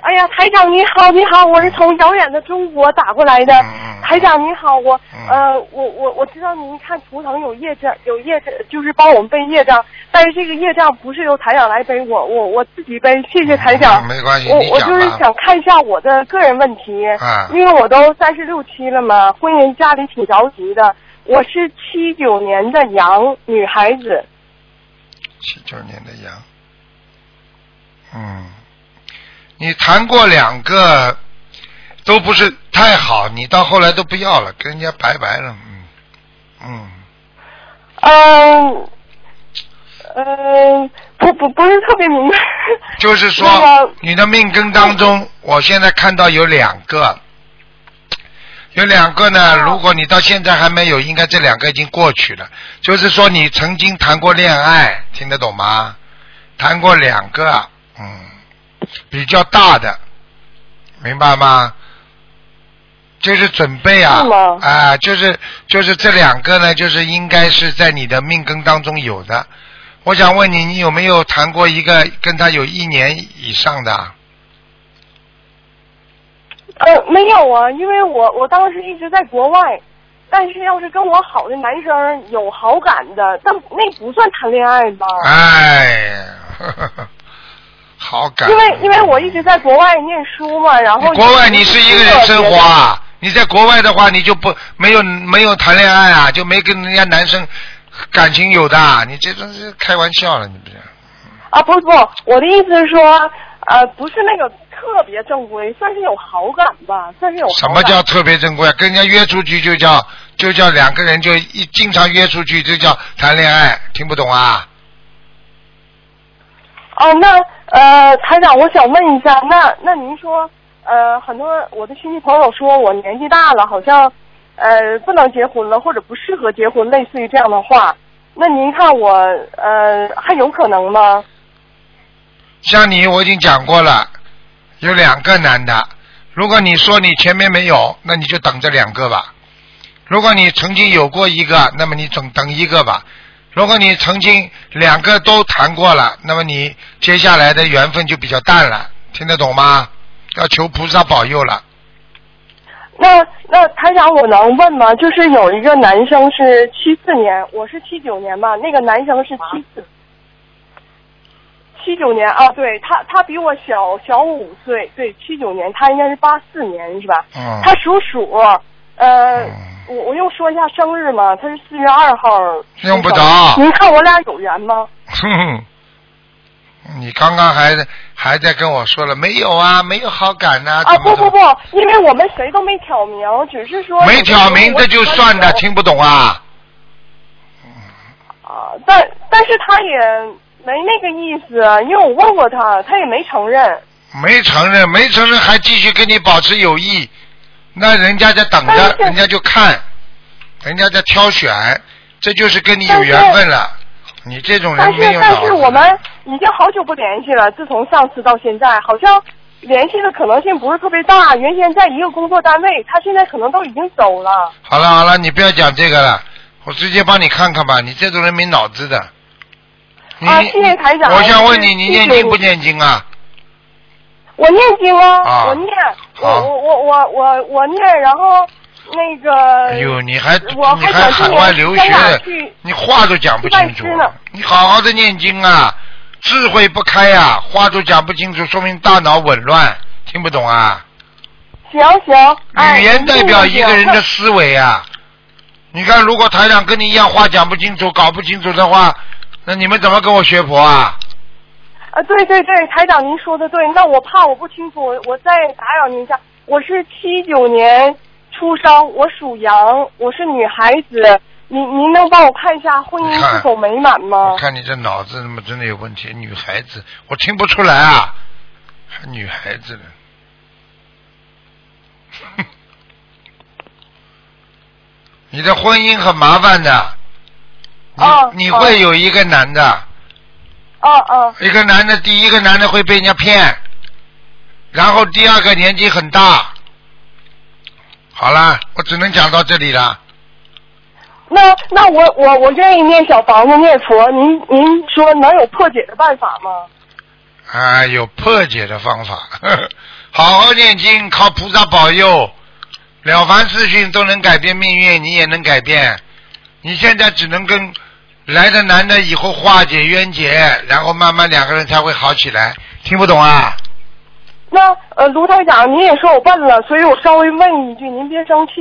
Speaker 7: 哎呀，台长你好，你好，我是从遥远的中国打过来的。
Speaker 1: 嗯嗯
Speaker 7: 台长你好，我、
Speaker 1: 嗯
Speaker 7: 呃，我我我知道您看图腾有业障，有业障就是帮我们背业障，但是这个业障不是由台长来背我，我我自己背，谢谢台长。
Speaker 1: 嗯没关系
Speaker 7: 我
Speaker 1: 你
Speaker 7: 我
Speaker 1: 讲
Speaker 7: 就是
Speaker 1: 吧
Speaker 7: 想看一下我的个人问题，
Speaker 1: 啊
Speaker 7: 因为我都三十六七了嘛，婚姻家里挺着急的。我是七九年的羊女孩子，
Speaker 1: 七九年的羊。嗯，你谈过两个，都不是太好，你到后来都不要了，跟人家拜拜了。嗯嗯，
Speaker 7: 嗯，嗯、呃不不不是特别明白。
Speaker 1: 就是
Speaker 7: 那
Speaker 1: 说
Speaker 7: 个
Speaker 1: 你的命根当中，我现在看到有两个，有两个呢。如果你到现在还没有，应该这两个已经过去了。就是说你曾经谈过恋爱，听得懂吗？谈过两个，嗯，比较大的，明白吗？就是准备啊
Speaker 7: 是吗，
Speaker 1: 啊，就是就是这两个呢，就是应该是在你的命根当中有的。我想问你，你有没有谈过一个跟他有一年以上的
Speaker 7: 哦
Speaker 1: 啊？
Speaker 7: 呃，没有啊，因为我我当时一直在国外，但是要是跟我好的男生有好感的，但那不算谈恋爱吧？
Speaker 1: 哎， 呵呵呵好感。
Speaker 7: 因为因为我一直在国外念书嘛，然
Speaker 1: 你
Speaker 7: 后
Speaker 1: 国外你是一个人生活啊，你在国外的话，你就不没有没有谈恋爱啊，就没跟人家男生感情有的啊，你这真是开玩笑了，你不是？
Speaker 7: 啊，不不，我的意思是说，呃，不是那个特别正规，算是有好感吧，算是有
Speaker 1: 什
Speaker 7: 好
Speaker 1: 么
Speaker 7: 感
Speaker 1: 叫特别珍贵？啊跟人家约出去就叫就叫两个人就一经常约出去就叫谈恋爱，听不懂啊？
Speaker 7: 哦，那呃，台长，我想问一下，那那您说，呃，很多我的亲戚朋友说我年纪大了，好像呃不能结婚了，或者不适合结婚，类似于这样的话，那您看我呃还有可能吗？
Speaker 1: 像你我已经讲过了，有两个男的。如果你说你前面没有，那你就等这两个吧。如果你曾经有过一个，那么你等等一个吧。如果你曾经两个都谈过了，那么你接下来的缘分就比较淡了，听得懂吗？要求菩萨保佑了。
Speaker 7: 那那台长，我能问吗？就是有一个男生是七四年，我是七九年嘛，那个男生是七四，七九年啊，对他他比我小小我五岁，对，七九年，他应该是八四年是吧？
Speaker 1: 嗯
Speaker 7: 他属鼠，呃，我我用说一下生日吗？他是四月二号。
Speaker 1: 用不着
Speaker 7: 您看我俩有缘吗？
Speaker 1: 哼，你刚刚还还在跟我说了没有啊？没有好感呐、
Speaker 7: 啊
Speaker 1: 怎么
Speaker 7: 不
Speaker 1: 怎么
Speaker 7: 不不，因为我们谁都没挑明，只是说
Speaker 1: 没挑明这就算了，听不懂啊？
Speaker 7: 啊，但但是他也没那个意思，因为我问过他，他也没承认。
Speaker 1: 没承认，没承认还继续跟你保持友谊，那人家在等
Speaker 7: 但
Speaker 1: 着
Speaker 7: 是，
Speaker 1: 人家就看，人家在挑选，这就是跟你有
Speaker 7: 但是
Speaker 1: 缘分了。你这种
Speaker 7: 但
Speaker 1: 人
Speaker 7: 是
Speaker 1: 没有脑
Speaker 7: 但
Speaker 1: 子
Speaker 7: 是
Speaker 1: 的
Speaker 7: 我们已经好久不联系了，自从上次到现在，好像联系的可能性不是特别大。原先在一个工作单位，他现在可能都已经走了。
Speaker 1: 好了好了，你不要讲这个了，我直接帮你看看吧。你这种人没脑子的。你
Speaker 7: 啊谢谢台长
Speaker 1: 我想问你，
Speaker 7: 谢谢
Speaker 1: 你念经不念经啊？
Speaker 7: 我念经啊，
Speaker 1: 啊
Speaker 7: 我念，我
Speaker 1: 好
Speaker 7: 我我我我我念，然后那个，
Speaker 1: 哎呦，你还
Speaker 7: 我
Speaker 1: 你
Speaker 7: 还
Speaker 1: 还
Speaker 7: 想
Speaker 1: 海
Speaker 7: 去
Speaker 1: 外留
Speaker 7: 香港
Speaker 1: 学
Speaker 7: 去，
Speaker 1: 你话都讲不清楚
Speaker 7: 去拜师呢，
Speaker 1: 你好好的念经啊，智慧不开呀、啊，话都讲不清楚，说明大脑紊乱，听不懂啊？
Speaker 7: 行行，哎
Speaker 1: 语言代表一个人的
Speaker 7: 那
Speaker 1: 思维啊。你看，如果台长跟你一样话讲不清楚、搞不清楚的话，那你们怎么跟我学佛啊？
Speaker 7: 啊，对对对，台长您说的对，那我怕我不清楚，我再打扰您一下，我是七九年出生，我属羊，我是女孩子，您您能帮我看一下婚
Speaker 1: 你
Speaker 7: 姻
Speaker 1: 看
Speaker 7: 是否美满吗
Speaker 1: 我？看你这脑子他妈真的有问题，女孩子，我听不出来啊，还女孩子呢。 你的婚姻很麻烦的，你、
Speaker 7: 哦
Speaker 1: 你
Speaker 7: 哦
Speaker 1: 会有一个男的，
Speaker 4: 哦
Speaker 7: 啊啊
Speaker 1: 一个男的，第一个男的会被人家骗，然后第二个年纪很大。好啦，我只能讲到这里了。
Speaker 7: 那那我我我愿意念小房子念佛，您您说能有破解的办法吗？
Speaker 1: 啊，有破解的方法， 好好念经，靠菩萨保佑，了凡四训都能改变命运，你也能改变。你现在只能跟来的男的以后化解冤结，然后慢慢两个人才会好起来。听不懂啊？
Speaker 7: 那呃，卢台长，您也说我笨了，所以我稍微问一句，您别生气。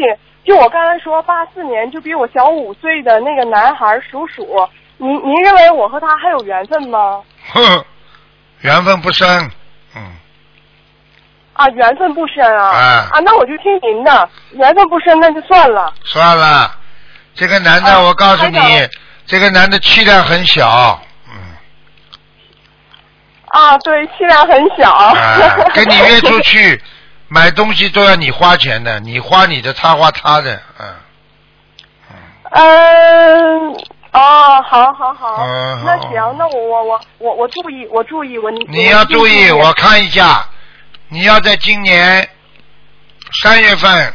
Speaker 7: 就我刚才说，八四年就比我小五岁的那个男孩属鼠，您您认为我和他还有缘分吗？
Speaker 1: 哼， 缘分不深，嗯，
Speaker 7: 啊，缘分不深啊！
Speaker 1: 啊
Speaker 7: 那我就听您的，缘分不深那就算了。
Speaker 1: 算了。这个男的，
Speaker 7: 啊
Speaker 1: 我告诉
Speaker 7: 台
Speaker 1: 你
Speaker 7: 长，
Speaker 1: 这个男的气量很小，嗯，
Speaker 7: 啊，对，气量很小。
Speaker 1: 啊，跟你约出 去买东西都要你花钱的，你花你的，他花他的，嗯。
Speaker 7: 嗯，哦，好好好，
Speaker 1: 嗯
Speaker 7: 那
Speaker 1: 好
Speaker 7: 行，那我我我我我注意，我注意，我
Speaker 1: 你要注意，我看一下，你要在今年三月份，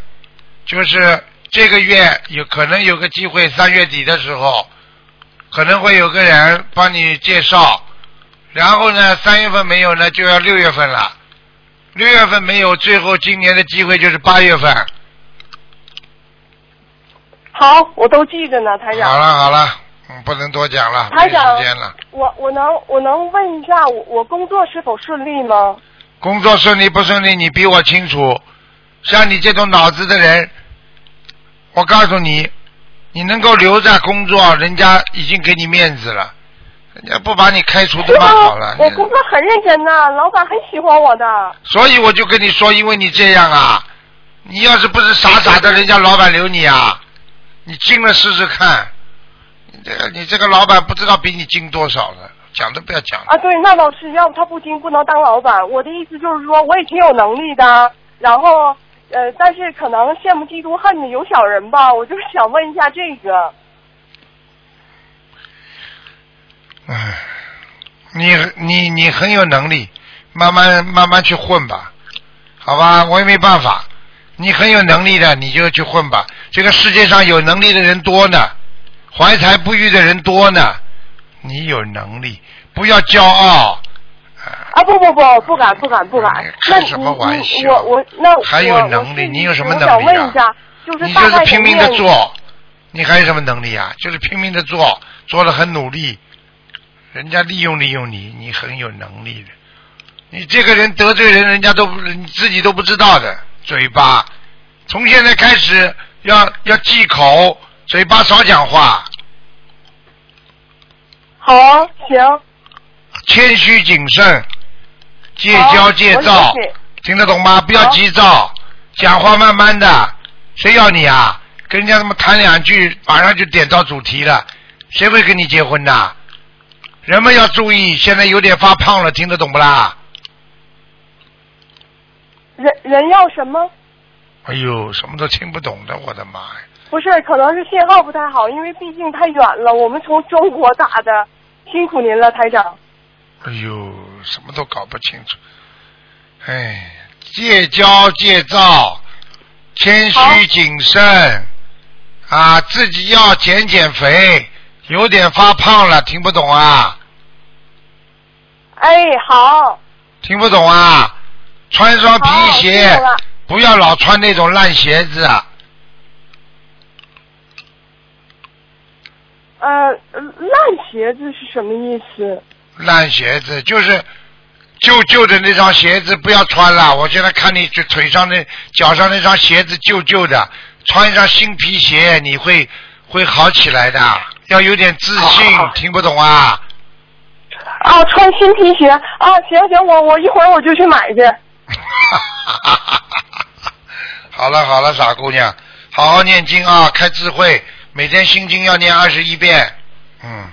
Speaker 1: 就是这个月有可能有个机会，三月底的时候可能会有个人帮你介绍，然后呢，三月份没有呢，就要六月份了，六月份没有，最后今年的机会就是八月份。
Speaker 7: 好，我都记着呢，台
Speaker 1: 好
Speaker 7: 长。
Speaker 1: 了好了，嗯，不能多讲了，没
Speaker 7: 啊台长
Speaker 1: 时间了。
Speaker 7: 我我能我能问一下，我我工作是否顺利吗？
Speaker 1: 工作顺利不顺利，你比我清楚。像你这种脑子的人，我告诉你，你能够留在工作，人家已经给你面子了，人家不把你开除都蛮好了。
Speaker 7: 我工作很认真呐，老板很喜欢我的。
Speaker 1: 所以我就跟你说，因为你这样啊，你要是不是傻傻的，人家老板留你啊，你进了试试看。你这个你这个老板不知道比你精多少了，讲都不要讲了。
Speaker 7: 啊，对，那倒是，要不他不精不能当老板。我的意思就是说，我也挺有能力的，然后呃，但是可能羡慕嫉妒恨的有小人吧，我就是想问一下这个。
Speaker 1: 唉，你你你很有能力，慢慢慢慢去混吧，好吧，我也没办法。你很有能力的，你就去混吧。这个世界上有能力的人多呢，怀才不遇的人多呢。你有能力，不要骄傲。
Speaker 7: 啊，不不不，不敢不敢不敢
Speaker 1: 你。
Speaker 7: 那
Speaker 1: 开
Speaker 7: 你
Speaker 1: 什么玩
Speaker 7: 你
Speaker 1: 笑
Speaker 7: 我我那
Speaker 1: 还有
Speaker 7: 我
Speaker 1: 能力
Speaker 7: 我是
Speaker 1: 你有什么
Speaker 7: 我
Speaker 1: 能力
Speaker 7: 想问
Speaker 1: 啊
Speaker 7: 一下，就是
Speaker 1: 你就
Speaker 7: 大
Speaker 1: 是
Speaker 7: 概
Speaker 1: 拼命的
Speaker 7: 怎么样
Speaker 1: 做，你还有什么能力啊？就是拼命的做，做的很努力，人家利用利用你，你很有能力的。你这个人得罪人，人家都不你自己都不知道的。嘴巴，从现在开始要要忌口，嘴巴少讲话，
Speaker 7: 好啊行，
Speaker 1: 谦虚谨慎，戒骄
Speaker 7: 好
Speaker 1: 戒
Speaker 7: 我
Speaker 1: 躁
Speaker 7: 了，解
Speaker 1: 听得懂吗？不要
Speaker 7: 好
Speaker 1: 急躁，讲话慢慢的。谁要你啊？跟人家他妈谈两句，马上就点到主题了，谁会跟你结婚呐？人们要注意，现在有点发胖了，听得懂不啦？
Speaker 7: 人人要什么？
Speaker 1: 哎呦，什么都听不懂的，我的妈呀！
Speaker 7: 不是，可能是信号不太好，因为毕竟太远了，我们从中国打的，辛苦您了，台长。
Speaker 1: 哎呦，什么都搞不清楚。哎，戒骄戒躁，谦虚谨慎，啊，自己要减减肥，有点发胖了，听不懂啊？
Speaker 7: 哎，好，
Speaker 1: 听不懂啊？穿双皮
Speaker 7: 好，哦辛
Speaker 1: 鞋
Speaker 7: 苦，了。
Speaker 1: 不要老穿那种烂鞋子啊！
Speaker 7: 呃，烂鞋子是什么意思？
Speaker 1: 烂鞋子就是旧旧的那双鞋子不要穿了。我现在看你腿腿上那脚上那双鞋子旧旧的，穿上新皮鞋你会会好起来的。要有点自信，听不懂啊？
Speaker 7: 啊，穿新皮鞋啊，行行，我我一会儿我就去买去。
Speaker 1: 好了好了，傻姑娘，好好念经啊，开智慧，每天心经要念二十一遍。嗯，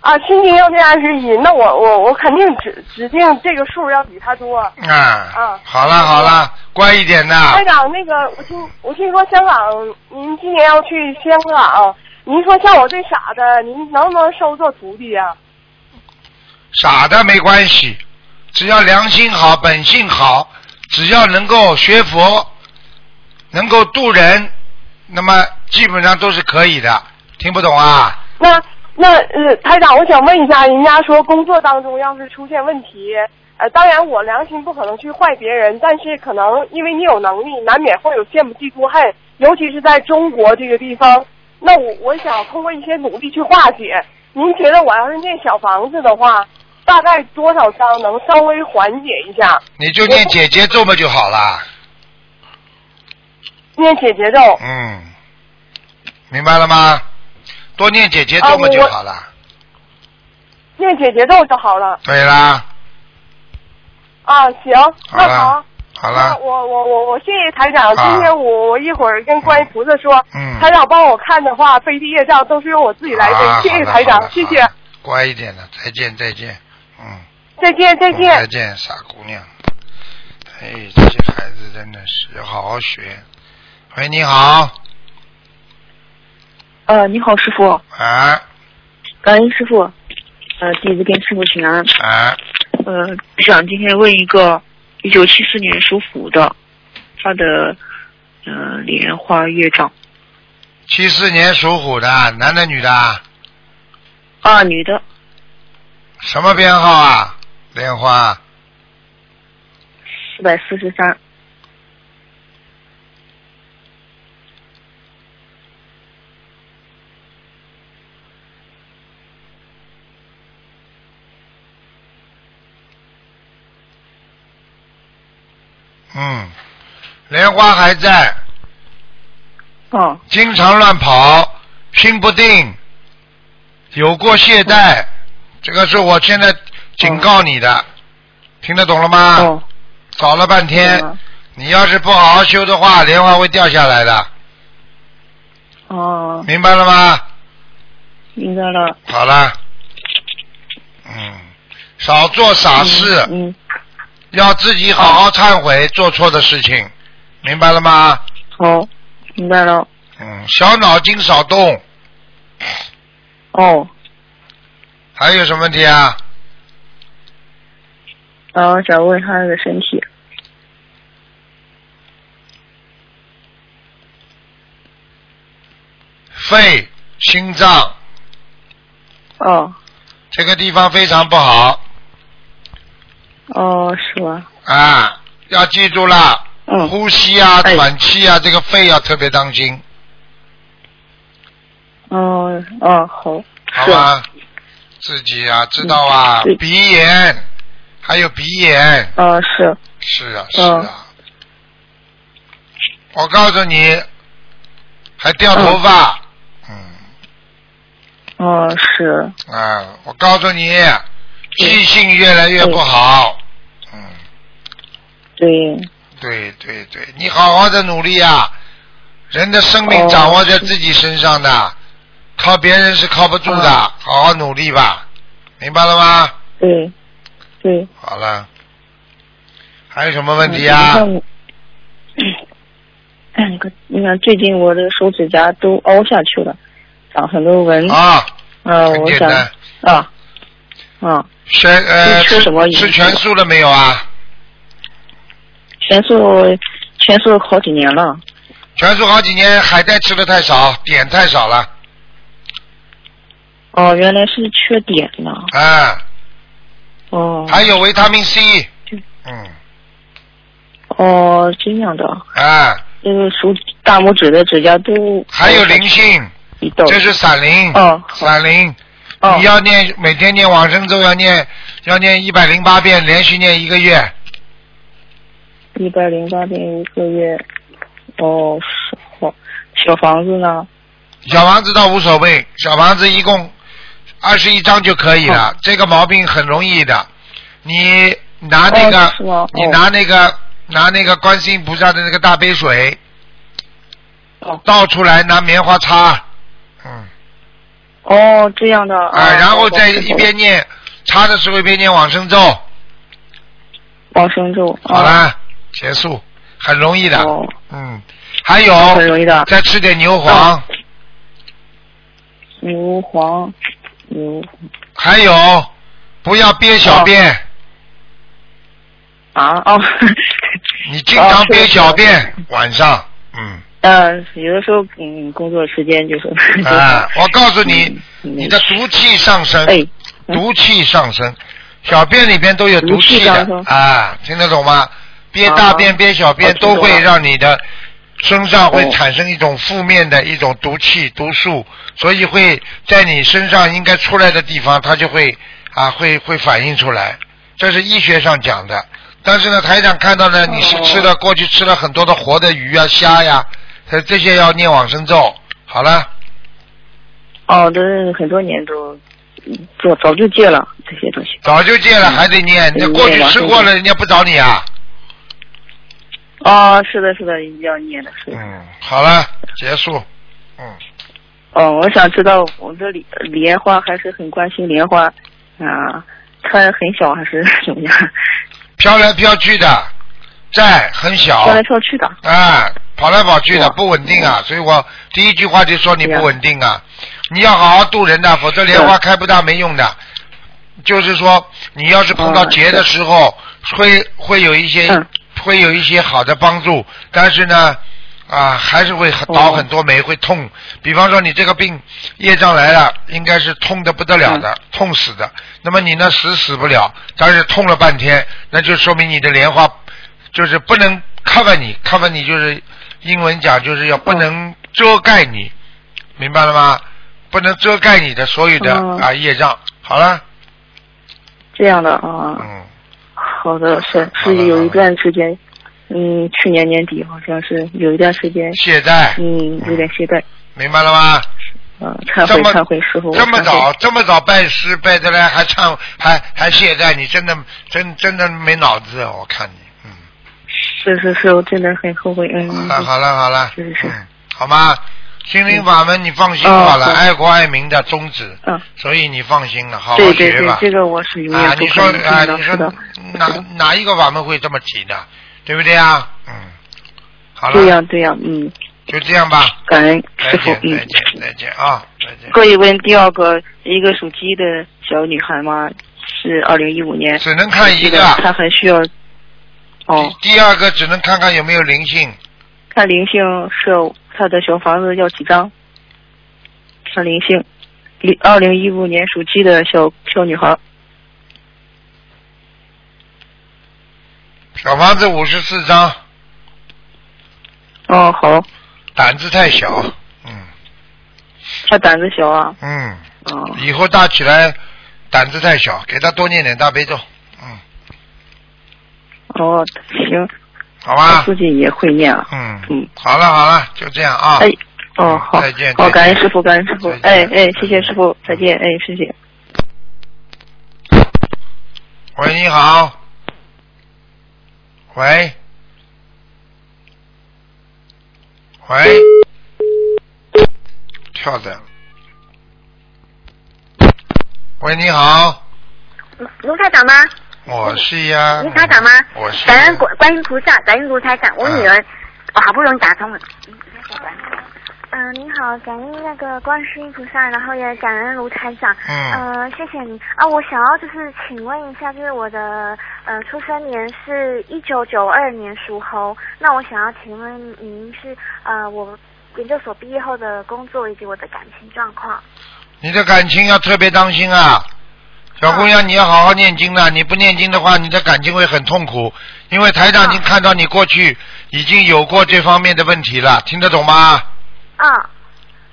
Speaker 7: 啊，心情要念二十一，那我我我肯定指指定这个数要比他多。
Speaker 1: 啊
Speaker 7: 啊，
Speaker 1: 好了好了，乖一点呐。
Speaker 7: 台长，那个我听我听说香港，您今年要去香港，您说像我这傻的，您能不能收做徒弟啊呀、
Speaker 1: 傻的没关系，只要良心好、本性好，只要能够学佛，能够度人，那么基本上都是可以的。听不懂啊？
Speaker 7: 那那呃，台长，我想问一下，人家说工作当中要是出现问题，呃，当然我良心不可能去坏别人，但是可能因为你有能力，难免会有羡慕嫉妒恨，尤其是在中国这个地方。那我我想通过一些努力去化解。您觉得我要是念小房子的话，大概多少张能稍微缓解一下？
Speaker 1: 你就念姐姐咒嘛就好了。
Speaker 7: 念解节奏，
Speaker 1: 嗯，明白了吗？多念姐姐咒嘛就好了。
Speaker 7: 哦念解节奏就好了。
Speaker 1: 对啦，
Speaker 7: 啊，行，那
Speaker 1: 好
Speaker 7: 好
Speaker 1: 了。好
Speaker 7: 那
Speaker 1: 了，
Speaker 7: 啊我我我我谢谢台长，
Speaker 1: 啊
Speaker 7: 今天我我一会儿跟观音菩萨说，
Speaker 1: 嗯
Speaker 7: 台长帮我看的话，飞地业障都是由我自己来背，
Speaker 1: 啊
Speaker 7: 谢谢
Speaker 1: 好了
Speaker 7: 台
Speaker 1: 好
Speaker 7: 长
Speaker 1: 了，
Speaker 7: 谢
Speaker 1: 好
Speaker 7: 谢
Speaker 1: 了。乖一点的，再见再见。嗯，
Speaker 7: 再见，再见。
Speaker 1: 再见，傻姑娘。哎，这些孩子真的是要好好学。喂，你好，
Speaker 2: 呃，你好，师傅，
Speaker 1: 哎
Speaker 2: 感恩师傅，呃，弟子跟师傅请安。
Speaker 1: 哎，
Speaker 2: 呃，想今天问一个一九七四年属虎的，他的呃莲花业障
Speaker 1: 七四年属虎的，男的女的啊？
Speaker 2: 啊，女的
Speaker 1: 什么编号啊？莲花
Speaker 2: 四百四十三，
Speaker 1: 嗯，莲花还在，
Speaker 2: 哦
Speaker 1: 经常乱跑，心不定，有过懈
Speaker 2: 哦
Speaker 1: 怠，这个是我现在警告你的，听得懂了吗？
Speaker 2: 哦，
Speaker 1: 找了半天，
Speaker 2: 嗯
Speaker 1: 你要是不好好修的话，莲花会掉下来的，
Speaker 2: 哦，
Speaker 1: 明白了吗？
Speaker 2: 明白了。
Speaker 1: 好了，嗯，少做傻事，
Speaker 2: 嗯，
Speaker 1: 要自己好好忏悔做错的事情，明白了吗？
Speaker 2: 嗯好，明白了。
Speaker 1: 嗯，小脑筋少动，
Speaker 2: 哦，
Speaker 1: 还有什么问题啊？
Speaker 2: 然后想问他的身体，
Speaker 1: 肺、心脏
Speaker 2: 哦
Speaker 1: 这个地方非常不好
Speaker 2: 哦，是吧？
Speaker 1: 啊，要记住了，
Speaker 2: 嗯，
Speaker 1: 呼吸啊、
Speaker 2: 哎
Speaker 1: 喘气啊，这个肺要特别当心，
Speaker 2: 哦哦，好，
Speaker 1: 好
Speaker 2: 是
Speaker 1: 吗？自己啊，知道啊
Speaker 2: 嗯对，
Speaker 1: 鼻炎，还有鼻炎，
Speaker 2: 哦是，
Speaker 1: 是啊，
Speaker 2: 哦
Speaker 1: 是啊。我告诉你，还掉头发，嗯。
Speaker 2: 哦是，
Speaker 1: 啊，我告诉你，记性越来越不好。嗯，
Speaker 2: 对，
Speaker 1: 对对对，你好好的努力啊！人的生
Speaker 2: 哦
Speaker 1: 命掌握在自己身上的，靠别人是靠不住的，
Speaker 2: 哦
Speaker 1: 好好努力吧，明白了吗？
Speaker 2: 对，对。
Speaker 1: 好了，还有什么问
Speaker 2: 嗯
Speaker 1: 题啊？
Speaker 2: 你看我哎，你看，你看，最近我的手指甲都凹下去了，长很多纹。
Speaker 1: 啊，
Speaker 2: 呃，
Speaker 1: 很
Speaker 2: 我
Speaker 1: 简
Speaker 2: 想
Speaker 1: 单，
Speaker 2: 啊啊，
Speaker 1: 全呃
Speaker 2: 吃什么饮
Speaker 1: 吃
Speaker 2: 食
Speaker 1: 全素了没有啊？
Speaker 2: 全素全素好几年了。
Speaker 1: 全素好几年海带吃的太少，碘太少了，
Speaker 2: 哦，原来是缺碘了。
Speaker 1: 啊，
Speaker 2: 哦
Speaker 1: 还有维他命 C，
Speaker 2: 对
Speaker 1: 嗯，
Speaker 2: 哦，这样的，
Speaker 1: 啊。
Speaker 2: 这个手指大拇指的指甲都
Speaker 1: 还有灵性，
Speaker 2: 一道。
Speaker 1: 这是闪灵，
Speaker 2: 哦好
Speaker 1: 闪灵，
Speaker 2: 哦
Speaker 1: 你要念每天念往生咒，要念要念一百零八遍，连续念一个月，
Speaker 2: 一百零八遍一个月。哦，是好。小房子呢？
Speaker 1: 小房子倒无所谓，小房子一共二十一张就可以
Speaker 2: 哦
Speaker 1: 了，这个毛病很容易的，你拿那个，
Speaker 2: 哦是吗
Speaker 1: 你
Speaker 2: 哦
Speaker 1: 拿那个拿那个观世音菩萨的那个大杯水，
Speaker 2: 哦
Speaker 1: 倒出来拿棉花擦，嗯。
Speaker 2: 哦，这样的
Speaker 1: 啊，然后再
Speaker 2: 好
Speaker 1: 一边念擦的时候一边念往生咒，
Speaker 2: 往生咒。
Speaker 1: 好
Speaker 2: 啊
Speaker 1: 啦，结束，很容易的。
Speaker 2: 哦，
Speaker 1: 嗯，还
Speaker 2: 很
Speaker 1: 有
Speaker 2: 容易的。
Speaker 1: 再吃点牛
Speaker 2: 嗯
Speaker 1: 黄，
Speaker 2: 牛黄，牛
Speaker 1: 还有不要憋小便，
Speaker 2: 哦啊哦，
Speaker 1: 你经常
Speaker 2: 哦
Speaker 1: 憋
Speaker 2: 是的
Speaker 1: 小便，晚上，嗯，
Speaker 2: 嗯，有的时候嗯，工作时间就是。
Speaker 1: 啊，我告诉你
Speaker 2: 嗯，没
Speaker 1: 你的毒气上升，
Speaker 2: 哎，嗯
Speaker 1: 毒气上升，小便里边都有毒气
Speaker 2: 毒气上
Speaker 1: 的
Speaker 2: 升
Speaker 1: 啊，听得懂吗？憋大便、
Speaker 2: 啊
Speaker 1: 憋小便
Speaker 2: 哦听懂
Speaker 1: 都
Speaker 2: 了
Speaker 1: 会让你的身上会
Speaker 2: 哦
Speaker 1: 产生一种负面的一种毒气、毒素，所以会在你身上应该出来的地方，它就会啊会会反映出来，这是医学上讲的。但是呢，台长看到呢，
Speaker 2: 哦
Speaker 1: 你是吃了、过去吃了很多的活的鱼啊、虾呀，呃这些要念往生咒。好了，
Speaker 2: 哦，这很多年都嗯做早就戒了这些东西。
Speaker 1: 早就戒了，还得念。那
Speaker 2: 嗯
Speaker 1: 过去
Speaker 2: 念往
Speaker 1: 吃
Speaker 2: 生
Speaker 1: 过
Speaker 2: 咒
Speaker 1: 了，人家不找你啊。
Speaker 2: 哦，是的，是的，一定要念的是的。
Speaker 1: 嗯，好了，结束。嗯，
Speaker 2: 哦，我想知道我这里莲花还是很关心莲花啊，穿很小还是 怎么样？
Speaker 1: 飘来飘去的，债很小
Speaker 2: 飘，来飘去的。嗯
Speaker 1: 哎，跑来跑去的，不稳定啊。所以我第一句话就说你不稳定啊，你要好好渡人的，否则莲花开不大没用的。就是说，你要是碰到劫的时候，会会有一些
Speaker 2: 哦嗯
Speaker 1: 会有一些好的帮助，但是呢，啊，还是会很倒
Speaker 2: 哦
Speaker 1: 很多霉，会痛。比方说你这个病业障来了，应该是痛的不得了
Speaker 2: 嗯
Speaker 1: 的，痛死的。那么你呢死死不了，但是痛了半天，那就说明你的莲花就是不能 cover 你，cover 你就是英文讲就是要不能遮盖你，明白了吗？不能遮盖你的所有的、
Speaker 2: 哦
Speaker 1: 啊业障。好了，
Speaker 2: 这样的啊，
Speaker 1: 嗯，
Speaker 2: 好的，是
Speaker 1: 好的
Speaker 2: 是有一段时间，嗯，去年年底好像是有一段时间，
Speaker 1: 懈怠，
Speaker 2: 嗯，有点懈怠，
Speaker 1: 明白了吗？
Speaker 2: 嗯，忏
Speaker 1: 这
Speaker 2: 悔
Speaker 1: 么
Speaker 2: 忏悔，师傅，我
Speaker 1: 这么
Speaker 2: 忏悔
Speaker 1: 早，这么早拜师拜的来还唱还还懈怠，你真的真真的没脑子，我看你，嗯，
Speaker 2: 是是是，我真的很后悔，嗯，
Speaker 1: 好了好了好了，
Speaker 2: 是是是
Speaker 1: 嗯，好吗？心灵法门你放心
Speaker 2: 哦
Speaker 1: 好了，
Speaker 2: 好
Speaker 1: 爱国爱民的宗旨，
Speaker 2: 嗯，
Speaker 1: 所以你放心了，好好
Speaker 2: 对对
Speaker 1: 学
Speaker 2: 对
Speaker 1: 吧，。
Speaker 2: 这个我是永
Speaker 1: 啊
Speaker 2: 远，不
Speaker 1: 你
Speaker 2: 可
Speaker 1: 说
Speaker 2: 能
Speaker 1: 啊，
Speaker 2: 做到
Speaker 1: 你
Speaker 2: 是的
Speaker 1: 说，哪
Speaker 2: 是的
Speaker 1: 哪一个法门会这么急的，对不对啊？嗯，好
Speaker 2: 对
Speaker 1: 了，
Speaker 2: 呀对呀，嗯，
Speaker 1: 就这样吧，
Speaker 2: 感恩
Speaker 1: 再
Speaker 2: 师傅
Speaker 1: 见，
Speaker 2: 嗯
Speaker 1: 再。见，再见啊，再见。
Speaker 2: 可以问第二个一个属鸡的小女孩吗？是二零一五年，
Speaker 1: 只能看一个，
Speaker 2: 她还需要哦，
Speaker 1: 第第二个只能看看有没有灵性，
Speaker 2: 看灵性是她的小房子要几张？看灵性，零二零一五年属鸡的小小女孩，
Speaker 1: 小房子五十四张，
Speaker 2: 哦好，
Speaker 1: 胆子太小，嗯
Speaker 2: 她胆子小啊，
Speaker 1: 嗯，
Speaker 2: 哦
Speaker 1: 以后大起来胆子太小，给他多念点大悲咒，嗯，
Speaker 2: 哦行，
Speaker 1: 好
Speaker 2: 她
Speaker 1: 吧，
Speaker 2: 自己也会念啊，
Speaker 1: 嗯
Speaker 2: 嗯，
Speaker 1: 好了好了，就这样啊，
Speaker 2: 哎哦好，
Speaker 1: 再见
Speaker 2: 好
Speaker 1: 再见
Speaker 2: 感恩师傅感恩师傅
Speaker 1: 再，见
Speaker 2: 哎哎谢谢师傅，再见哎谢谢。
Speaker 1: 喂你好，喂，喂，跳掉了，喂你好，
Speaker 4: 卢台长吗？
Speaker 1: 我是呀，
Speaker 4: 卢台长吗？
Speaker 1: 我是呀，
Speaker 4: 感恩观观音菩萨，感恩卢台长，我女儿，我好不容易打通了。
Speaker 8: 嗯、你好，感恩那个观世音菩萨，然后也感恩卢台长。
Speaker 1: 嗯，
Speaker 8: 呃，谢谢你啊！我想要就是请问一下，就是我的呃出生年是一九九二年属猴，那我想要请问您是呃我研究所毕业后的工作以及我的感情状况。
Speaker 1: 你的感情要特别当心啊，小姑娘，你要好好念经了。你不念经的话，你的感情会很痛苦，因为台长已经看到你过去已经有过这方面的问题了，听得懂吗？
Speaker 8: 啊，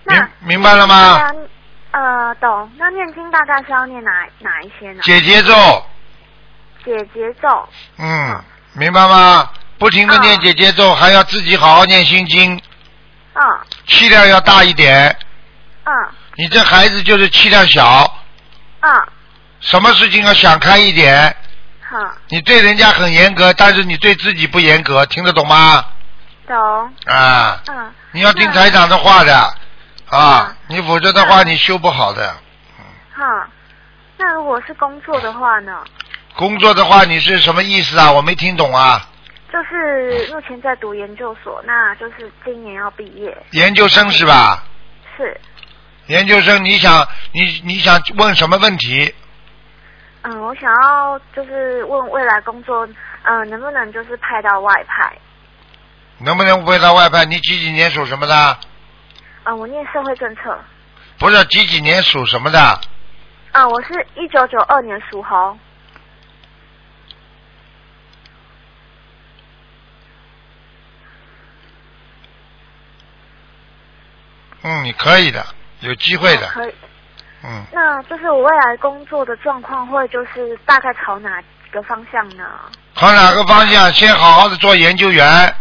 Speaker 8: 那
Speaker 1: 明明白了
Speaker 8: 那
Speaker 1: 吗？
Speaker 8: 要呃，懂。那念经大概是要念哪哪一些呢？
Speaker 1: 解结咒，
Speaker 8: 解节奏。
Speaker 1: 嗯，明白吗？不停的念
Speaker 8: 嗯
Speaker 1: 解结咒，还要自己好好念心经，
Speaker 8: 嗯
Speaker 1: 气量要大一点。
Speaker 8: 嗯
Speaker 1: 你这孩子就是气量小，
Speaker 8: 嗯，
Speaker 1: 什么事情要想开一点。
Speaker 8: 好，
Speaker 1: 你对人家很严格，但是你对自己不严格，听得懂吗？
Speaker 8: 懂。
Speaker 1: 啊。
Speaker 8: 嗯。
Speaker 1: 你要听台长的话的，啊
Speaker 8: 啊，
Speaker 1: 你否则的话你修不好的。
Speaker 8: 哈，那如果是工作的话呢？
Speaker 1: 工作的话你是什么意思啊？我没听懂啊。
Speaker 8: 就是目前在读研究所，那就是今年要毕业，
Speaker 1: 研究生是吧？
Speaker 8: 是，
Speaker 1: 研究生你想你你想问什么问题？
Speaker 8: 嗯，我想要就是问未来工作，嗯、能不能就是派到外派？
Speaker 1: 能不能回答外派？你几几年属什么的？
Speaker 8: 嗯、我念社会政策，
Speaker 1: 不是几几年属什么的？
Speaker 8: 啊、我是一九九二年属猴，
Speaker 1: 嗯，你可以的，有机会的
Speaker 8: 哦。可以。
Speaker 1: 嗯，
Speaker 8: 那就是我未来工作的状况会就是大概朝哪个方向呢？
Speaker 1: 朝哪个方向？先好好的做研究员，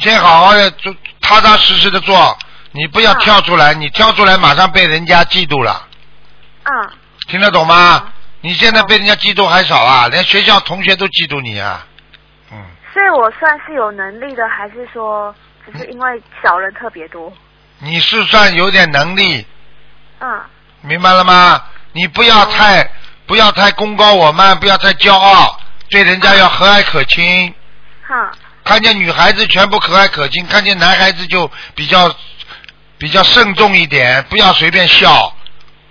Speaker 1: 先好好的做，踏踏实实的做。你不要
Speaker 8: 嗯
Speaker 1: 跳出来，你跳出来马上被人家嫉妒了。
Speaker 8: 嗯，
Speaker 1: 听得懂吗
Speaker 8: 嗯？
Speaker 1: 你现在被人家嫉妒还少啊，连学校同学都嫉妒你啊。嗯，
Speaker 8: 所以我算是有能力的，还是说只
Speaker 1: 嗯
Speaker 8: 是因为小人特别多？
Speaker 1: 你是算有点能力，
Speaker 8: 嗯。
Speaker 1: 明白了吗？你不要太不要太功高我慢，不要太骄傲，对人家要和蔼可亲。
Speaker 8: 好，
Speaker 1: 看见女孩子全部和蔼可亲，看见男孩子就比较比较慎重一点，不要随便笑。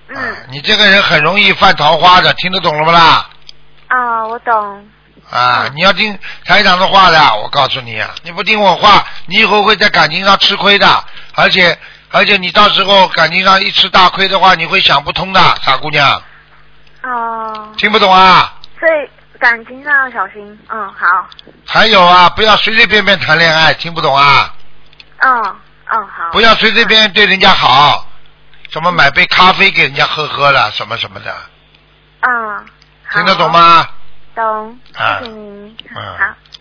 Speaker 8: 嗯，
Speaker 1: 你这个人很容易犯桃花的，听得懂了不啦？
Speaker 8: 啊、我懂，
Speaker 1: 啊，你要听台长的话的，我告诉你啊，你不听我话，你以后会在感情上吃亏的，而且而且你到时候感情上一吃大亏的话，你会想不通的，傻姑娘，
Speaker 8: 哦、
Speaker 1: 听不懂啊？
Speaker 8: 所以感情上要小心，嗯，好，
Speaker 1: 还有啊，不要随随便便谈恋爱，听不懂啊？
Speaker 8: 嗯，嗯，好，
Speaker 1: 不要随随便便对人家好，什么买杯咖啡给人家喝喝了，什么什么的，
Speaker 8: 嗯，好
Speaker 1: 听得懂？吗？
Speaker 8: 懂，
Speaker 1: 啊
Speaker 8: 谢谢您，
Speaker 1: 嗯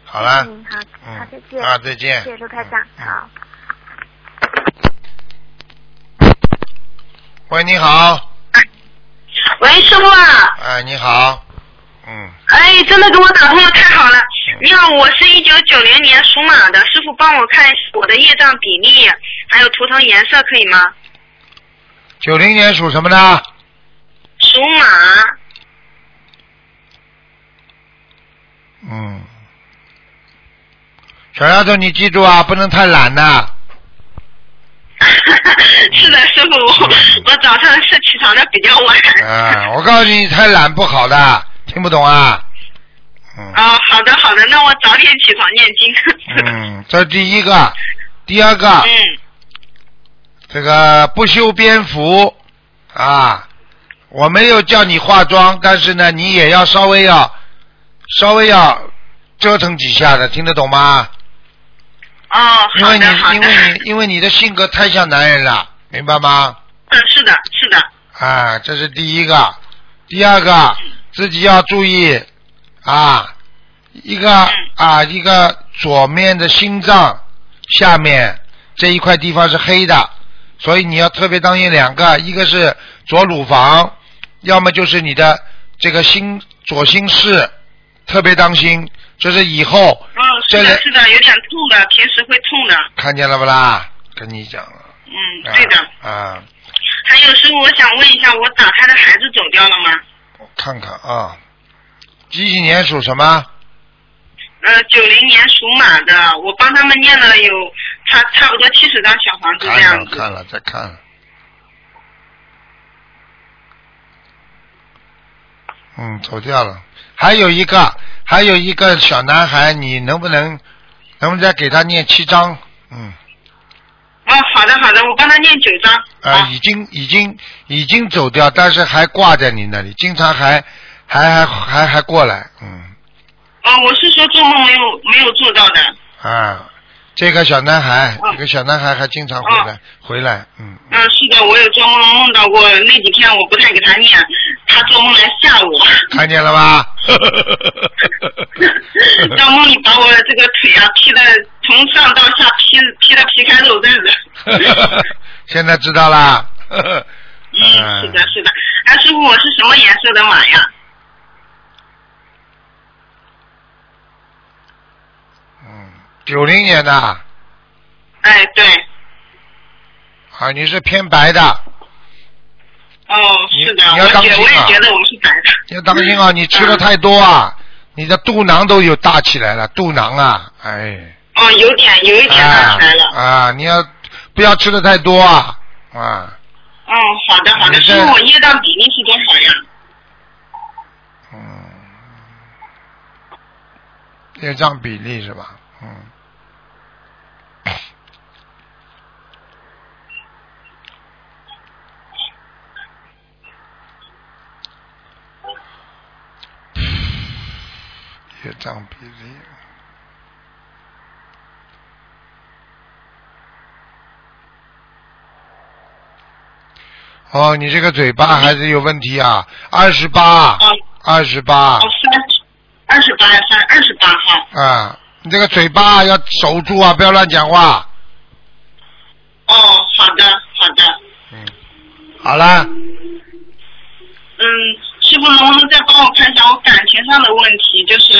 Speaker 8: 好，
Speaker 1: 好了
Speaker 8: 谢谢您好，
Speaker 1: 嗯
Speaker 8: 好，再见，
Speaker 1: 啊再见嗯
Speaker 8: 谢谢卢台长，好。
Speaker 1: 喂，你好，
Speaker 9: 喂，师傅啊，
Speaker 1: 哎，你好，嗯，
Speaker 9: 哎，真的给我打通了，太好了。你好，我是一九九零年属马的，师傅帮我看一下我的业障比例，还有图腾颜色，可以吗？
Speaker 1: 九零年属什么的？
Speaker 9: 属马，
Speaker 1: 嗯，小丫头，你记住啊，不能太懒呐、
Speaker 9: 是的，师傅，我我早上是起床的比较晚。
Speaker 1: 啊，我告诉你，太懒不好的，听不懂啊？
Speaker 9: 哦，好的好的，那我早点起床念经。
Speaker 1: 嗯，这第一个，第二个，
Speaker 9: 嗯，
Speaker 1: 这个不修边幅啊，我没有叫你化妆，但是呢，你也要稍微要稍微要折腾几下的，听得懂吗？
Speaker 9: 哦，
Speaker 1: 因
Speaker 9: 好
Speaker 1: 为你
Speaker 9: 的好
Speaker 1: 因
Speaker 9: 的，
Speaker 1: 为你因为你的性格太像男人了，明白吗？
Speaker 9: 嗯，是的是的，
Speaker 1: 啊，这是第一个，第二个自己要注意啊，一个啊一个左面的心脏下面这一块地方是黑的，所以你要特别当心两个，一个是左乳房，要么就是你的这个心左心室，特别当心，这是以后
Speaker 9: 哦，是
Speaker 1: 这
Speaker 9: 的
Speaker 1: 个
Speaker 9: 是的，有点痛的，平时会痛的，
Speaker 1: 看见了不啦？跟你讲了，
Speaker 9: 嗯，
Speaker 1: 啊
Speaker 9: 对的。
Speaker 1: 啊，
Speaker 9: 还有师傅，我想问一下，我打胎的孩子走掉了吗？
Speaker 1: 看看啊，几几年属什么？
Speaker 9: 呃，九零年属马的，我帮他们念了有差差不多七十张小房子这
Speaker 1: 看
Speaker 9: 样
Speaker 1: 了
Speaker 9: 子。
Speaker 1: 看了再看了。嗯，走掉了。还有一个，还有一个小男孩，你能不能，能不能再给他念七章？嗯，
Speaker 9: 哦，好的好的，我帮他念九张。
Speaker 1: 啊，已经已经已经走掉，但是还挂在你那里，经常还还还还还过来，嗯
Speaker 9: 哦，我是说做梦没有没有做到的。
Speaker 1: 啊，这个小男孩，这个小男孩还经常回来回来，嗯
Speaker 9: 嗯，是的，我有做梦梦到过，那几天我不太给他念，他做梦来吓我，
Speaker 1: 看见了吧？ 嗯
Speaker 9: 到梦里把我这个腿啊劈的从上到下劈劈的皮开肉绽的。
Speaker 1: 现在知道啦。
Speaker 9: 嗯，是的，是的。哎，师傅，我是什么颜色的马呀？
Speaker 1: 九零年的啊，
Speaker 9: 哎，对，
Speaker 1: 啊你是偏白的，
Speaker 9: 哦，是的，
Speaker 1: 你要
Speaker 9: 我
Speaker 1: 当
Speaker 9: 觉
Speaker 1: 心
Speaker 9: 我也
Speaker 1: 啊
Speaker 9: 觉得我是白的。
Speaker 1: 要当心
Speaker 9: 嗯
Speaker 1: 啊！你吃了太多啊，你的肚囊都有大起来了，肚囊啊，哎，
Speaker 9: 哦，有点，有一点大
Speaker 1: 啊
Speaker 9: 起来了。
Speaker 1: 啊，你要不要吃的太多啊？啊，
Speaker 9: 哦，好的，好的。
Speaker 1: 你
Speaker 9: 师
Speaker 1: 这
Speaker 9: 傅，我业障比例是多少呀？
Speaker 1: 嗯业障比例是吧？嗯，业障比例。哦，你这个嘴巴还是有问题啊！二十八，二十八
Speaker 9: 哦，，三十，二十八，三二十八号。
Speaker 1: 啊，你这个嘴巴要守住啊，不要乱讲话。
Speaker 9: 哦，好的，好的。
Speaker 1: 好了，
Speaker 9: 嗯，师傅能不能再帮我看一下我感情上的问题？就是，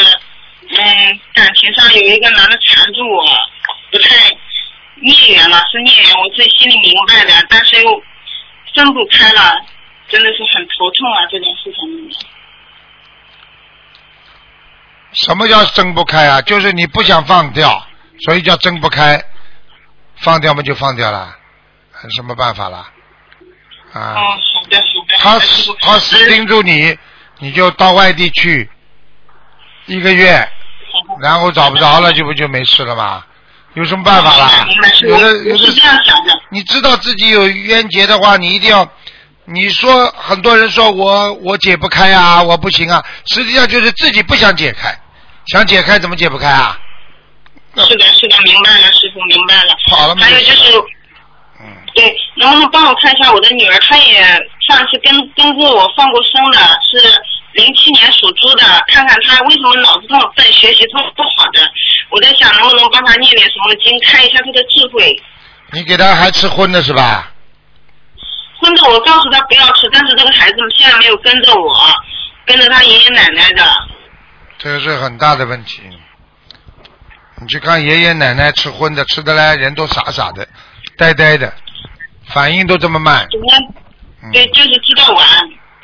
Speaker 9: 嗯，感情上有一个男的缠住我，不太孽缘了，是孽缘，我自己心里明白的，但是又分不开了，真的是很头痛啊，这件事情。
Speaker 1: 什么叫睁不开啊？就是你不想放掉，所以叫睁不开。放掉嘛就放掉了，有什么办法啦？啊。
Speaker 9: 哦，好的好的。
Speaker 1: 他死他死盯住你，你就到外地去一个月，然后找不着了，这不就没事了吗？有什么办法啦
Speaker 9: 明白？明
Speaker 1: 有
Speaker 9: 白
Speaker 1: 的
Speaker 9: 我
Speaker 1: 有的
Speaker 9: 是这样想的，
Speaker 1: 你知道自己有冤结的话，你一定要。你说很多人说我我解不开啊，我不行啊，实际上就是自己不想解开，想解开怎么解不开啊？
Speaker 9: 是的，是的，明白了，师傅明白了。
Speaker 1: 好了嘛
Speaker 9: 还有就是，对，能不能帮我看一下我的女儿？她也上次跟跟过我放过生的，是零七年属猪的，看看她为什么脑子这么笨，学习这么不好的。我在想能不能帮她念点什么经，看一下她的智慧。
Speaker 1: 你给他还吃荤的是吧？
Speaker 9: 荤的我告诉她不要吃，但是这个孩子现在没有跟着我，跟着她爷爷奶奶的。
Speaker 1: 这个是很大的问题。你去看爷爷奶奶吃荤的，吃的嘞人都傻傻的，呆呆的，反应都这么慢。
Speaker 9: 整天对，就是知道晚，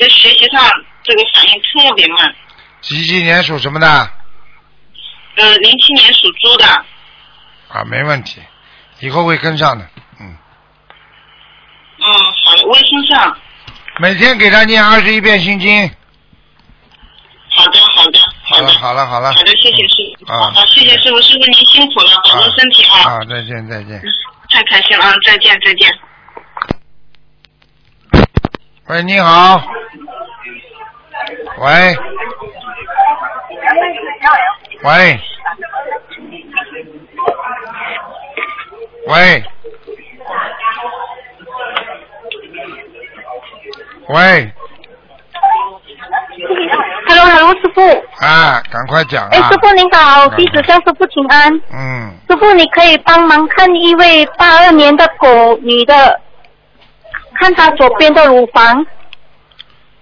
Speaker 9: 在学习上这个反应特别慢。
Speaker 1: 几几年属什么的？
Speaker 9: 呃，零七年属猪的。
Speaker 1: 啊，没问题，以后会跟上的。
Speaker 9: 嗯，好的，微信上。
Speaker 1: 每天给他念二十一遍心经。
Speaker 9: 好的，好的，
Speaker 1: 好了，好了，好了。
Speaker 9: 好的，谢谢师傅。
Speaker 1: 啊
Speaker 9: 好，谢谢师傅，师傅您辛苦了，保重身体啊！
Speaker 1: 啊，再见，再见。
Speaker 9: 太开心了，啊再见，再见。
Speaker 1: 喂，你好。哦喂喂喂喂
Speaker 10: Hello Hello，师傅，
Speaker 1: 啊，赶快讲
Speaker 10: 哎、
Speaker 1: 啊
Speaker 10: 师！傅您好，
Speaker 1: 嗯
Speaker 10: 弟子向师傅请安。
Speaker 1: 嗯，
Speaker 10: 师傅，你可以帮忙看一位八二年的狗女的，看她左边的乳房。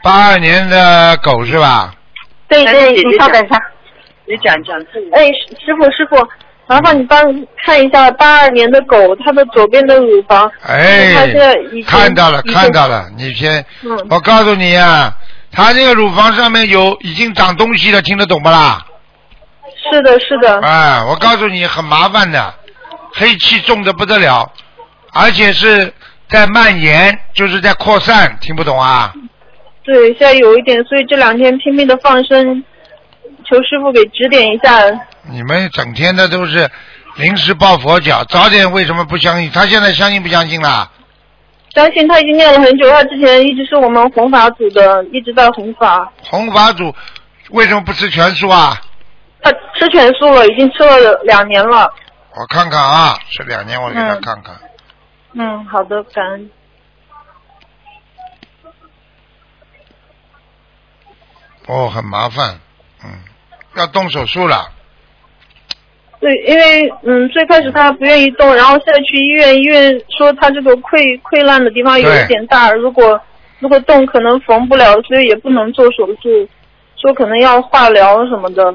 Speaker 1: 八二年的狗是吧？
Speaker 10: 对对，你稍等一下。
Speaker 11: 你讲讲自己。
Speaker 12: 哎，师师傅师傅，麻烦你帮我看一下八二年的狗，它的左边的乳房，
Speaker 1: 哎
Speaker 12: 它是已经，
Speaker 1: 看到了，
Speaker 12: 已经
Speaker 1: 看到了，你先，
Speaker 12: 嗯
Speaker 1: 我告诉你啊，它这个乳房上面有已经长东西了，听得懂不啦？
Speaker 12: 是的，是的，
Speaker 1: 哎，我告诉你，很麻烦的，黑气重的不得了，而且是在蔓延，就是在扩散，听不懂啊？
Speaker 12: 对，现在有一点，所以这两天拼命的放生，求师傅给指点一下。
Speaker 1: 你们整天的都是临时抱佛脚，早点为什么不相信？他现在相信不相信啦？
Speaker 12: 相信他已经念了很久，他之前一直是我们弘法组的，一直在弘法。
Speaker 1: 弘法主为什么不吃全素啊？
Speaker 12: 他吃全素了，已经吃了两年了。
Speaker 1: 我看看啊，这两年我给他看看。
Speaker 12: 嗯，好的，感恩。
Speaker 1: 哦，很麻烦，嗯，要动手术了。
Speaker 12: 对，因为嗯，最开始他不愿意动，然后现在去医院，医院说他这个溃溃烂的地方有
Speaker 1: 对
Speaker 12: 一点大，如果如果动可能缝不了，所以也不能做手术，说可能要化疗什么的。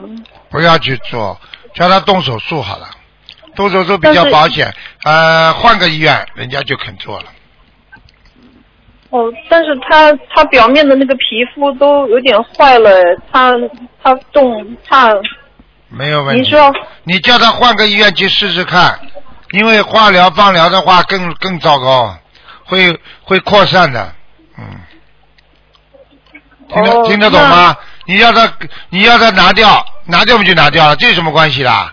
Speaker 1: 不要去做，叫他动手术好了，动手术比较
Speaker 12: 但是
Speaker 1: 保险。呃，换个医院，人家就肯做了。
Speaker 12: 哦，但是他他表面的那个皮肤都有点坏了，他他动怕，
Speaker 1: 没有问题。
Speaker 12: 你说，
Speaker 1: 你叫他换个医院去试试看，因为化疗、放疗的话更更糟糕，会会扩散的。嗯，听得、
Speaker 12: 哦
Speaker 1: 听得懂吗？你要他你要他拿掉，拿掉不就拿掉了，这有什么关系啦？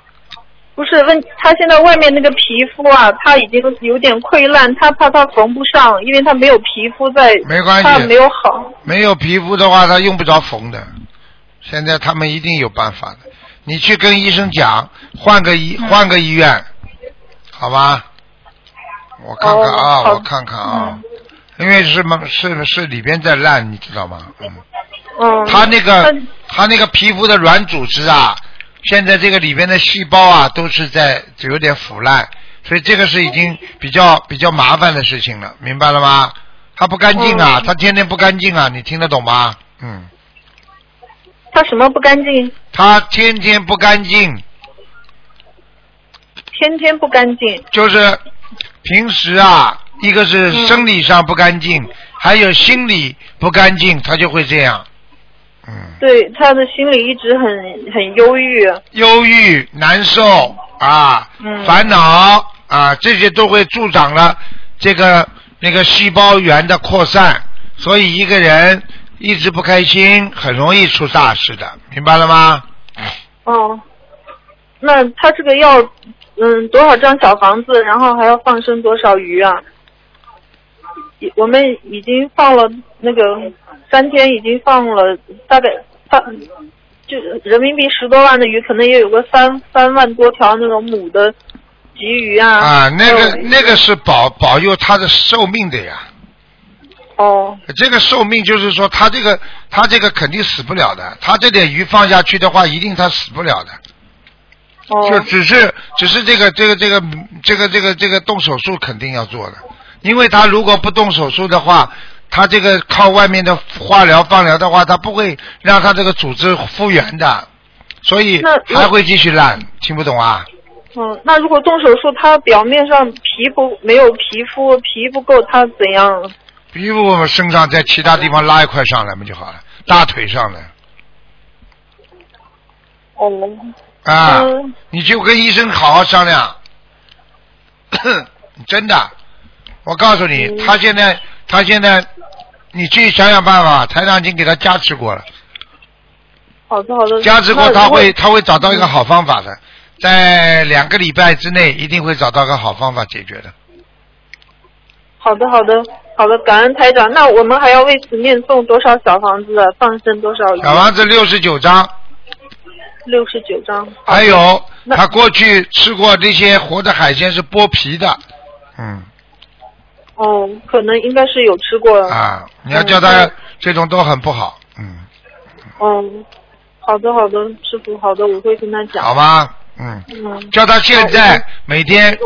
Speaker 12: 不是问他现在外面那个皮肤啊，他已经有点溃烂，他怕他缝不上，因为他没有皮肤在，
Speaker 1: 没关系
Speaker 12: 他没有好。
Speaker 1: 没有皮肤的话，他用不着缝的。现在他们一定有办法的。你去跟医生讲，换个
Speaker 12: 嗯
Speaker 1: 医换个医院，好吧？我看看啊，
Speaker 12: 哦好
Speaker 1: 我看看啊，因为是嘛是是里边在烂，你知道吗？嗯，
Speaker 12: 嗯，
Speaker 1: 他那个他那个皮肤的软组织啊，现在这个里边的细胞啊都是在有点腐烂，所以这个是已经比较比较麻烦的事情了，明白了吗？他不干净啊，
Speaker 12: 嗯
Speaker 1: 他天天不干净啊，你听得懂吗？嗯，
Speaker 12: 他什么不干净？
Speaker 1: 他天天不干净，
Speaker 12: 天天不干净。
Speaker 1: 就是平时啊，一个
Speaker 12: 嗯
Speaker 1: 是生理上不干净，还有心理不干净，他就会这样。嗯，
Speaker 12: 对他的心里一直很很忧郁。
Speaker 1: 忧郁、难受啊，
Speaker 12: 嗯
Speaker 1: 烦恼啊，这些都会助长了这个那个细胞源的扩散，所以一个人一直不开心，很容易出大事的，明白了吗？
Speaker 12: 哦，那他这个要嗯多少张小房子，然后还要放生多少鱼啊？已我们已经放了那个三天，已经放了大概放就人民币十多万的鱼，可能也有个三三万多条那种母的鲫鱼啊。
Speaker 1: 啊，那
Speaker 12: 还
Speaker 1: 个
Speaker 12: 有
Speaker 1: 那个是保保佑他的寿命的呀。
Speaker 12: 哦，
Speaker 1: 这个寿命就是说，他这个他这个肯定死不了的，他这点鱼放下去的话，一定他死不了的。
Speaker 12: 哦
Speaker 1: 就只是只是这个这个这个这个这个这个动手术肯定要做的，因为他如果不动手术的话，他这个靠外面的化疗放疗的话，他不会让他这个组织复原的，所以
Speaker 12: 那
Speaker 1: 还会继续烂。听不懂啊？
Speaker 12: 嗯，那如果动手术，他表面上皮肤没有皮肤，皮不够，他怎样？
Speaker 1: 皮肤我们身上在其他地方拉一块上来嘛就好了，
Speaker 12: 嗯
Speaker 1: 大腿上来
Speaker 12: 哦，
Speaker 1: 啊，
Speaker 12: 嗯
Speaker 1: 你就跟医生好好商量。 真的，我告诉
Speaker 12: 嗯
Speaker 1: 你，他现在他现在，你自己想想办法。台长已经给他加持过了，
Speaker 12: 好的好的。
Speaker 1: 加持过
Speaker 12: 嗯
Speaker 1: 他
Speaker 12: 那
Speaker 1: 会
Speaker 12: 如果嗯
Speaker 1: 他会找到一个好方法的，在两个礼拜之内一定会找到个好方法解决的。
Speaker 12: 好的好的好的，感恩台长。那我们还要为此念诵多少小房子啊？放生多少鱼？
Speaker 1: 小房子六十九章，
Speaker 12: 嗯六十九张。
Speaker 1: 还有他过去吃过那些活的海鲜是剥皮的，嗯
Speaker 12: 哦，可能应该是有吃过。
Speaker 1: 啊，你要叫他这种都很不好，嗯，
Speaker 12: 嗯，好的好的，师傅好的，我会跟他讲。
Speaker 1: 好？吗？嗯。
Speaker 12: 嗯。
Speaker 1: 叫他现在每天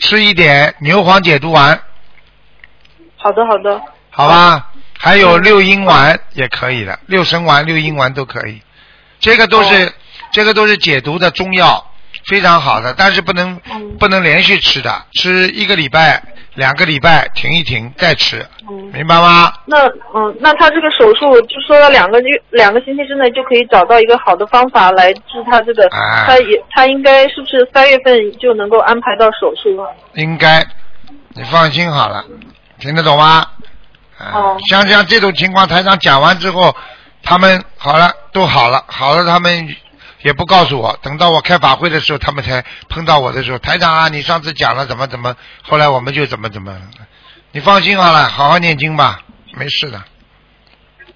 Speaker 1: 吃一点牛黄解毒丸，
Speaker 12: 好的好的，
Speaker 1: 好吧？还有六阴丸也可以的，六神丸、六阴丸都可以。这个都是、这个都是解毒的中药，非常好的，但是不能、不能连续吃的，吃一个礼拜、两个礼拜停一停再吃，
Speaker 12: 嗯。
Speaker 1: 明白吗？
Speaker 12: 那嗯，那他这个手术就说了两个月、两个星期之内就可以找到一个好的方法来治他这个，
Speaker 1: 啊
Speaker 12: 他也他应该是不是三月份就能够安排到手术啊了？
Speaker 1: 应该，你放心好了，听得懂吗？啊
Speaker 12: 哦
Speaker 1: 像像这种情况，台上讲完之后，他们好了都好了，好了他们也不告诉我，等到我开法会的时候，他们才碰到我的时候，台长啊，你上次讲了怎么怎么，后来我们就怎么怎么，你放心好了，好好念经吧，没事的。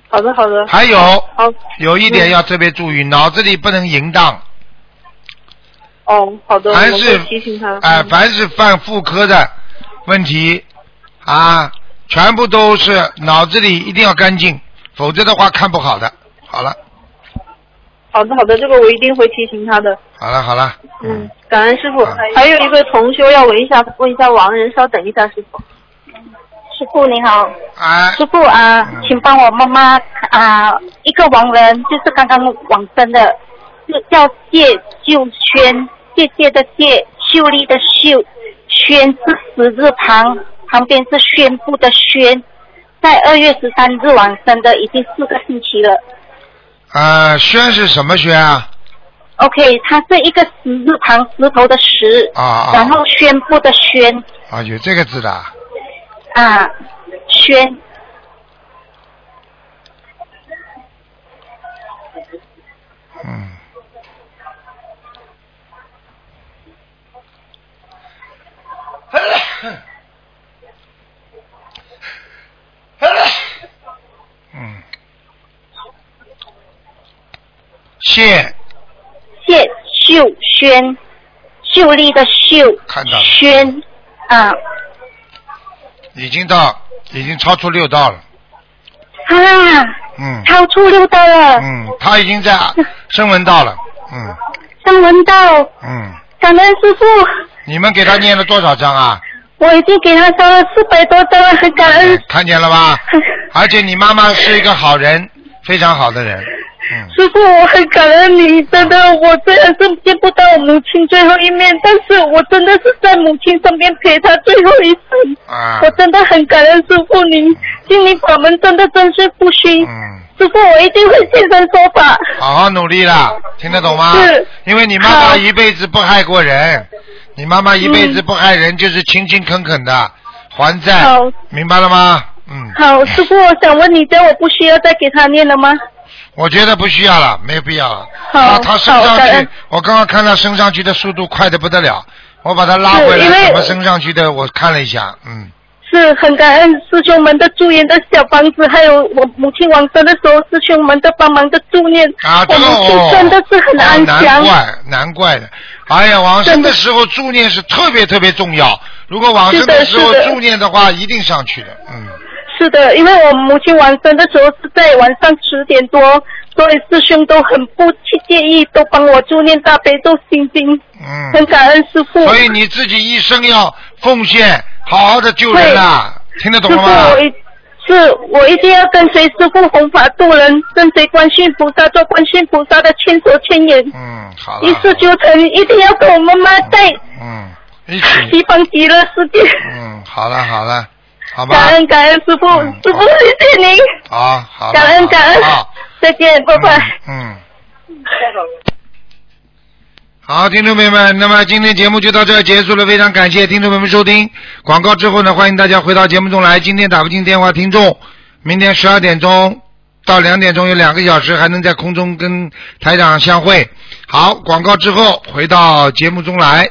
Speaker 12: 好的，好的。
Speaker 1: 还有
Speaker 12: 好，
Speaker 1: 有一点要特别注意，脑子里不能淫荡，
Speaker 12: 哦，好的，我
Speaker 1: 凡
Speaker 12: 们
Speaker 1: 是
Speaker 12: 会提醒他。
Speaker 1: 哎、凡是犯妇科的问题啊，全部都是脑子里一定要干净，否则的话看不好的。好了，
Speaker 12: 好的，好的，这个我一定会提醒他的。
Speaker 1: 好了，好了，
Speaker 12: 嗯，感恩师傅。还有一个同修要问一下，问一下王人，稍等一下，师傅。
Speaker 10: 师傅你好，
Speaker 1: 啊
Speaker 10: 师傅啊，请帮我妈妈啊，一个亡人，就是刚刚往生的，是叫谢秀轩，谢谢的谢，秀丽的秀，轩是十字旁，旁边是宣布的宣，在二月十三日往生的，已经四个星期了。
Speaker 1: 呃，轩是什么轩啊？
Speaker 10: OK，它是一个十字旁石头的石，
Speaker 1: 啊啊
Speaker 10: 然后宣布的宣
Speaker 1: 啊，有这个字的啊。
Speaker 10: 啊，宣
Speaker 1: 嗯。嗯，谢
Speaker 10: 谢秀轩，秀丽的秀，
Speaker 1: 看到了
Speaker 10: 轩啊
Speaker 1: 已经到，已经超出六道了。
Speaker 10: 啊，
Speaker 1: 嗯
Speaker 10: 超出六道了，
Speaker 1: 嗯，他已经在声闻道了。嗯
Speaker 10: 上文道，
Speaker 1: 嗯，
Speaker 10: 感恩师傅，
Speaker 1: 你们给他念了多少章啊？
Speaker 10: 我已经给他烧了四百多张了，很感恩。
Speaker 1: 看见 了吧？而且你妈妈是一个好人，非常好的人。嗯
Speaker 13: 师傅，我很感恩你，真的，我虽然是见不到我母亲最后一面，但是我真的是在母亲身边陪她最后一程。
Speaker 1: 啊
Speaker 13: 我真的很感恩师傅您，心灵法门真的真是不虚。
Speaker 1: 嗯，
Speaker 13: 师傅，我一定会现身说法。
Speaker 1: 好好努力啦，听得懂吗？
Speaker 13: 是
Speaker 1: 因为你妈妈一辈子不害过人，你妈妈一辈子不害人，就是勤勤恳恳的还债，明白了吗？嗯，
Speaker 13: 好，师傅，我想问你，这样我不需要再给他念了吗？
Speaker 1: 我觉得不需要了，没有必要了。
Speaker 13: 好
Speaker 1: 啊他升
Speaker 13: 好
Speaker 1: 上
Speaker 13: 感
Speaker 1: 去
Speaker 13: 恩，
Speaker 1: 我刚刚看他升上去的速度快的不得了，我把他拉回
Speaker 13: 是因
Speaker 1: 来，
Speaker 13: 为
Speaker 1: 怎么升上去的？我看了一下，嗯，
Speaker 13: 是很感恩师兄们的助念的小房子，还有我母亲往生的时候师兄们的帮忙的助念，
Speaker 1: 啊，这
Speaker 13: 我
Speaker 1: 个
Speaker 13: 母
Speaker 1: 哦
Speaker 13: 亲真的是很安
Speaker 1: 哦
Speaker 13: 详。
Speaker 1: 难怪，难怪的。哎呀，往生的时候助念是特别特别重要，如果往生
Speaker 13: 是的
Speaker 1: 时候
Speaker 13: 是的
Speaker 1: 助念的话，一定上去的，嗯。
Speaker 13: 是的，因为我母亲往生的时候是在晚上十点多，所以师兄都很不去介意，都帮我助念大悲咒心经。
Speaker 1: 嗯，
Speaker 13: 很感恩师父。
Speaker 1: 所以你自己一生要奉献，好好的救人啊，听得懂
Speaker 13: 师
Speaker 1: 了
Speaker 13: 父，
Speaker 1: 吗
Speaker 13: 我？一是我一定要跟随师父弘法度人，跟随观世音菩萨做观世音菩萨的千手千眼。
Speaker 1: 嗯，好
Speaker 13: 一
Speaker 1: 了，
Speaker 13: 世九成，一定要跟我妈妈在
Speaker 1: 嗯，一起，
Speaker 13: 西方极乐世界。
Speaker 1: 嗯，好了好了，好吧，
Speaker 13: 感恩感恩师父，师父谢谢您，
Speaker 1: 好好了，
Speaker 13: 感恩
Speaker 1: 好
Speaker 13: 感恩
Speaker 1: 好，
Speaker 13: 再见，拜拜。
Speaker 1: 嗯。好，听众朋友们，那么今天节目就到这儿结束了，非常感谢听众朋友们收听。广告之后呢，欢迎大家回到节目中来。今天打不进电话，听众，明天十二点钟到两点钟有两个小时，还能在空中跟台长相会。好，广告之后回到节目中来。